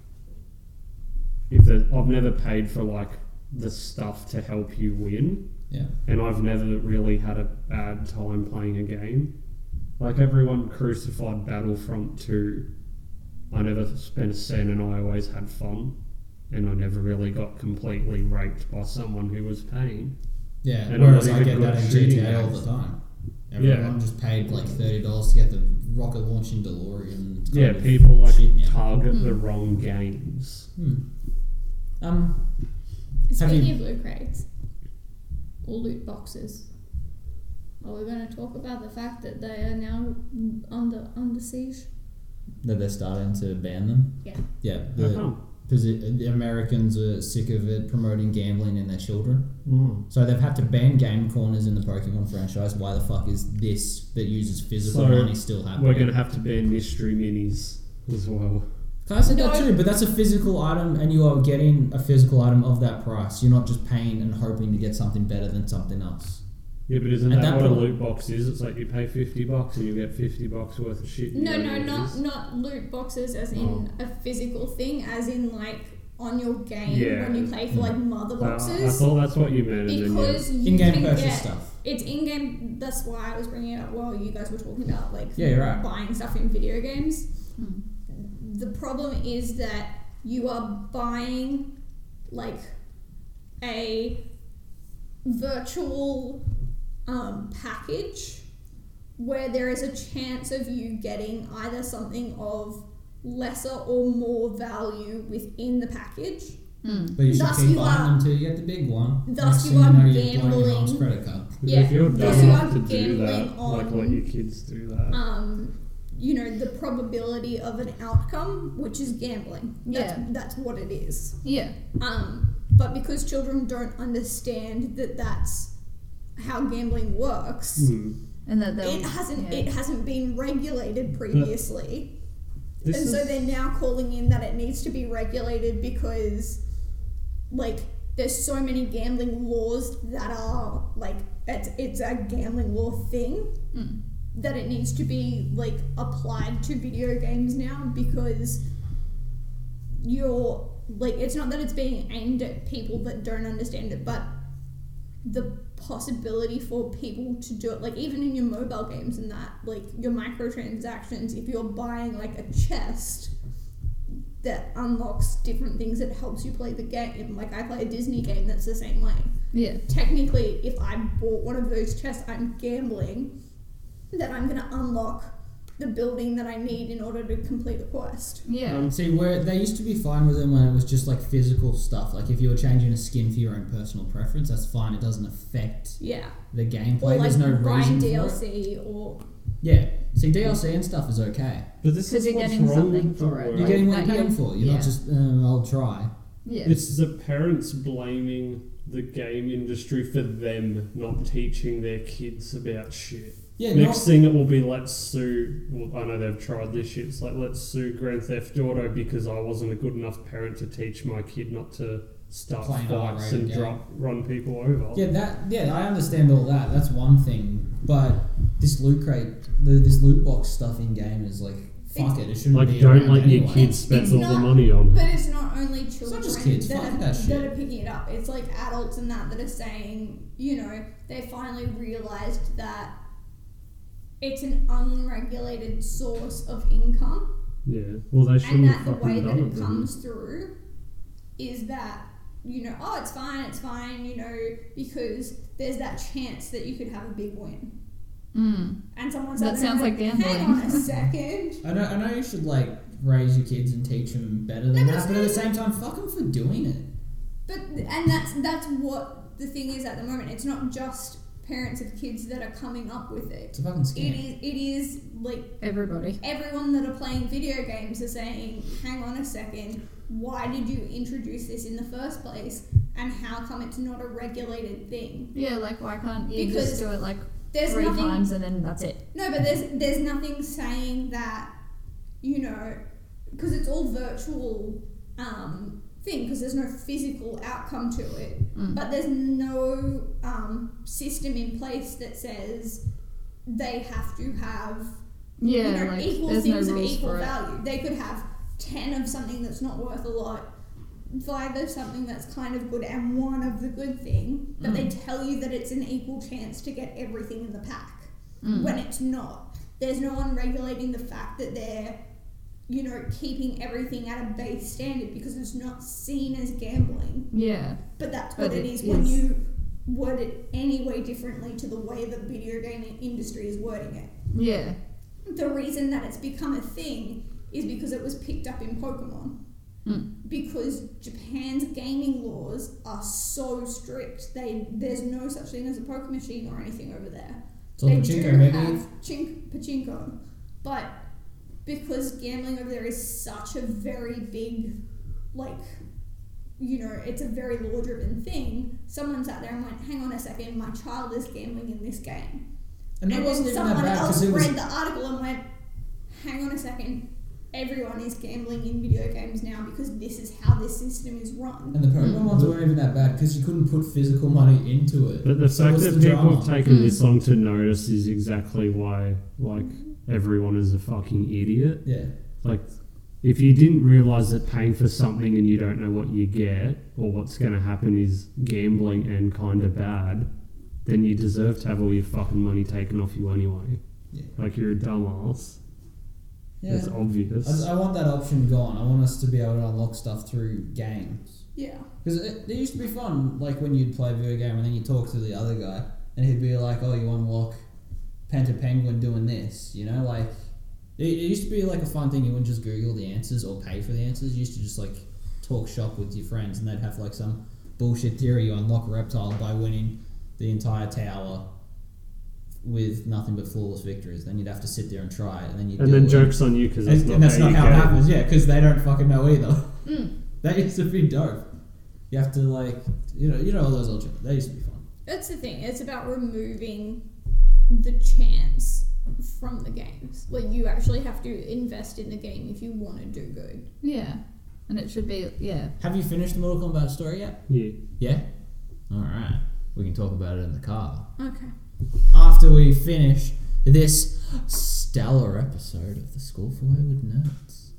S1: if the, I've never paid for like the stuff to help you win,
S2: Yeah.
S1: and I've never really had a bad time playing a game. Like everyone crucified Battlefront 2, I never spent a cent and I always had fun, and I never really got completely raped by someone who was paying.
S2: Yeah.
S1: And
S2: Whereas
S1: I'm
S2: I
S1: really
S2: get
S1: good
S2: that in
S1: at shooting
S2: GTA all
S1: games.
S2: the time.
S1: Yeah.
S2: Everyone just paid like thirty dollars to get the rocket launching DeLorean. It's
S1: Yeah,
S2: kind of
S1: people like
S2: shit now.
S1: target the wrong games.
S2: Hmm. Um. Have
S4: Speaking
S2: you-
S4: of loot crates, or loot boxes, are we going to talk about the fact that they are now under under siege?
S2: that they're starting to ban them.
S4: Yeah.
S2: Yeah.
S1: How
S2: The,
S1: come?
S2: posi- the Americans are sick of it promoting gambling in their children.
S1: Mm.
S2: So they've had to ban game corners in the Pokemon franchise. Why the fuck is this that uses physical
S1: So,
S2: money still happening?
S1: We're going to have to ban mystery minis as well.
S2: I said that
S4: No.
S2: too, but that's a physical item and you are getting a physical item of that price. You're not just paying and hoping to get something better than something else.
S1: Yeah, but isn't
S2: At
S1: that,
S2: that
S1: what
S2: point-
S1: a loot box is? It's like you pay fifty bucks and you get fifty bucks worth of shit.
S4: No,
S1: You know
S4: no,
S1: what it
S4: not
S1: is? Oh.
S4: not loot boxes as in a physical thing, as in like on your game
S1: Yeah.
S4: when you play for like mother
S1: Uh, I
S4: boxes.
S1: thought that's what you meant. And then you,
S4: because you
S2: In-game
S4: can
S2: purchase
S4: get
S2: stuff.
S4: it's in-game. That's why I was bringing it up while you guys were talking about like
S2: Yeah, you're right.
S4: buying stuff in video games.
S3: Hmm.
S4: The problem is that you are buying like a virtual um, package where there is a chance of you getting either something of lesser or more value within the package.
S3: Hmm.
S2: But you should
S4: Thus
S2: keep
S4: you
S2: buying
S4: are-
S2: them till you get the big one. Next
S4: thus you
S2: thing
S4: are
S2: know, you're blowing your
S4: gambling.
S2: mom's credit card.
S4: Yeah,
S1: if you're
S4: because
S1: dumb
S4: you
S1: enough
S4: are
S1: to do that,
S4: gambling
S1: like let
S4: on-
S1: your kids do that.
S4: Um, you know, the probability of an outcome, which is gambling. That's,
S3: Yeah.
S4: that's what it is.
S3: Yeah.
S4: Um, but because children don't understand that that's how gambling works,
S1: Hmm.
S3: And that they'll-
S4: it hasn't
S3: yeah.
S4: it hasn't been regulated previously.
S1: Mm. This
S4: and
S1: is,
S4: so they're now calling in that it needs to be regulated because, like, there's so many gambling laws that are like it's it's a gambling law thing
S3: Mm.
S4: that it needs to be like applied to video games now because you're like it's not that it's being aimed at people that don't understand it, but the possibility for people to do it like even in your mobile games and that like your microtransactions if you're buying like a chest that unlocks different things that helps you play the game like i play a disney game that's the same way
S3: yeah.
S4: technically if i bought one of those chests i'm gambling that i'm going to unlock the building that i need in order to complete a quest
S3: Yeah.
S2: Um, see, where they used to be fine with them when it was just like physical stuff. Like if you were changing a skin for your own personal preference, that's fine. It doesn't affect
S4: yeah
S2: the gameplay.
S4: or like
S2: There's no
S4: buying
S2: reason for it.
S4: dlc or
S2: Yeah. See, DLC and stuff is okay.
S1: but this is
S3: 'Cause you're
S1: what's
S3: getting
S1: wrong
S3: something
S1: with the
S3: for it,
S1: world.
S2: You're getting what
S3: Like,
S2: you're
S3: I
S2: paying
S3: don't-
S2: for. You're
S3: yeah.
S2: not just um, I'll try.
S3: yeah.
S1: It's the parents blaming the game industry for them not teaching their kids about shit.
S2: Yeah.
S1: Next
S2: not,
S1: thing it will be let's sue. Well, I know they've tried this shit. It's like let's sue Grand Theft Auto because I wasn't a good enough parent to teach my kid not to start
S2: Play an
S1: fights
S2: R-rated
S1: and
S2: game.
S1: drop run people over.
S2: Yeah, that yeah, I understand all that. That's one thing, but this loot crate, the, this loot box stuff in game is like fuck it. It shouldn't
S1: Like
S2: be
S1: don't
S2: around
S1: let your
S2: anyway.
S1: kids
S4: It's-
S1: spend
S4: it's
S1: all the
S4: not-
S1: money on. it.
S4: But it's not only children
S2: not just kids,
S4: that,
S2: fuck
S4: are,
S2: that shit.
S4: are picking it up. It's like adults and that that are saying, you know, they finally realized that it's an unregulated source of income,
S1: Yeah. Well, they
S4: and
S1: shouldn't
S4: that
S1: have
S4: the way
S1: fucking
S4: that
S1: done it.
S4: it
S1: then.
S4: comes through is that you know, oh, it's fine, it's fine, you know, because there's that chance that you could have a big win,
S3: Mm.
S4: and someone's
S3: That
S4: out there
S3: sounds like
S4: going,
S3: gambling.
S4: Hang on a second.
S2: I know, I know you should like raise your kids and teach them better than
S4: No, but
S2: that,
S4: it's
S2: but at
S4: not-
S2: the same time, fuck them for doing it.
S4: But and that's that's what the thing is at the moment. It's not just parents of kids that are coming up with it.
S2: It's a fucking
S4: It
S2: scam.
S4: is it is like
S3: Everybody.
S4: everyone that are playing video games are saying, "Hang on a second, why did you introduce this in the first place? And how come it's not a regulated thing?"
S3: Yeah. Like, why can't you
S4: Because
S3: just do it like
S4: There's
S3: three
S4: nothing
S3: times and then that's it?
S4: No, but there's there's nothing saying that, you know, because it's all virtual um, thing because there's no physical outcome to it.
S3: Mm.
S4: But there's no um, system in place that says they have to have
S3: Yeah.
S4: you know
S3: like,
S4: equal
S3: there's no
S4: things of
S3: rules
S4: equal
S3: for it.
S4: value. They could have ten of something that's not worth a lot. Five of something that's kind of good and one of the good thing,
S3: Mm.
S4: but they tell you that it's an equal chance to get everything in the pack
S3: Mm.
S4: when it's not. There's no one regulating the fact that they're, you know, keeping everything at a base standard because it's not seen as gambling.
S3: Yeah.
S4: But that's
S3: But
S4: what it
S3: it
S4: is, when
S3: is.
S4: you word it any way differently to the way the video game industry is wording it.
S3: Yeah.
S4: The reason that it's become a thing is because it was picked up in Pokemon.
S3: Mm.
S4: Because Japan's gaming laws are so strict, they there's no such thing as a poker machine or anything over there
S2: It's all
S4: they do
S2: pachinko, maybe.
S4: have chink pachinko, but because gambling over there is such a very big, like, you know, it's a very law driven thing. Someone sat there and went, "Hang on a second, my child is gambling in this game,"
S2: And that
S4: and
S2: wasn't
S4: then
S2: even that
S4: someone
S2: bad
S4: else
S2: because it was
S4: read the article and went, "Hang on a second, everyone is gambling in video games now because this is how this system is run.
S2: And the Pokemon ones weren't even that bad because you couldn't put physical money into it.
S1: But the
S2: So
S1: fact
S2: what's
S1: that
S2: the
S1: people
S2: drama?
S1: have taken
S3: Mm.
S1: this long to notice is exactly why, like, everyone is a fucking idiot.
S2: Yeah.
S1: Like, if you didn't realize that paying for something and you don't know what you get or what's going to happen is gambling and kind of bad, then you deserve to have all your fucking money taken off you anyway.
S2: Yeah.
S1: Like, you're a dumbass.
S2: Yeah.
S1: It's
S2: I, just-
S1: obvious.
S2: I want that option gone. I want us to be able to unlock stuff through games.
S4: Yeah.
S2: Because it, it used to be fun, like when you'd play a video game and then you talk to the other guy, and he'd be like, "Oh, you unlock Penta Penguin doing this," you know, like it, it used to be like a fun thing. You wouldn't just Google the answers or pay for the answers. You used to just like talk shop with your friends, and they'd have like some bullshit theory. You unlock a reptile by winning the entire tower with nothing but flawless victories. Then you'd have to sit there and try it, and then you
S1: And then jokes on you because that's
S2: and,
S1: not
S2: and that's
S1: how
S2: not
S1: you
S2: how it
S1: get it.
S2: happens, yeah, because they don't fucking know either.
S4: Mm.
S2: That used to be dope. You have to like, you know, you know all those old tricks. That used to be fun.
S4: That's the thing. It's about removing the chance from the games. Like you actually have to invest in the game if you want to do good.
S3: Yeah. And it should be, yeah.
S2: Have you finished the Mortal Kombat story yet?
S1: Yeah.
S2: Yeah. All right. We can talk about it in the car
S4: Okay.
S2: after we finish this stellar episode of the School for Wayward Nerds.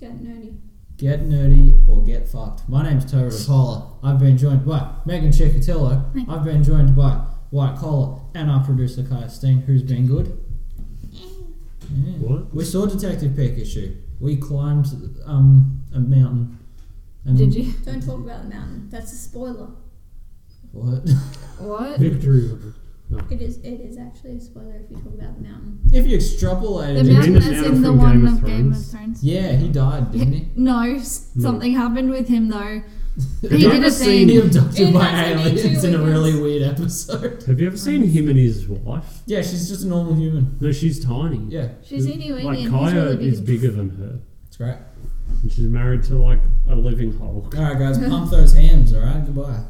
S4: Get nerdy.
S2: Get nerdy or get fucked. My name's Toby Collar. I've been joined by Megan Chicatillo.
S3: Hi.
S2: I've been joined by White Collar and our producer Kai Steen, who's been good. Yeah.
S1: What?
S2: We saw Detective Pikachu. We climbed um, a mountain. And
S3: Did you?
S4: Don't talk about the mountain. That's a spoiler.
S2: What?
S3: What?
S1: Victory.
S4: It is. It is actually a spoiler if you talk about the mountain.
S2: if you
S3: The
S2: extrapolated it.
S1: mean
S3: mountain
S1: the
S3: that's
S1: mountain
S3: in the
S1: from
S3: one
S1: Game of
S3: of Game of
S1: Thrones?
S3: Thrones.
S2: Yeah, he died, didn't he?
S3: No, s-
S1: No.
S3: something happened with him though.
S1: Have
S3: He
S1: you
S3: did
S1: ever
S3: a
S1: seen
S2: He
S3: thing.
S2: abducted
S4: It
S2: by
S4: hasn't been
S2: aliens
S4: two
S2: in a really
S4: weeks.
S2: weird episode.
S1: Have you ever seen him and his wife?
S2: Yeah, she's just a normal human.
S1: No, she's tiny.
S2: Yeah,
S3: She's anyway.
S1: Like
S3: and he's
S1: Kaya
S3: really big.
S1: is bigger than her.
S2: it's great.
S1: And she's married to like a living Hulk.
S2: All right, guys, pump those hams. All right, goodbye.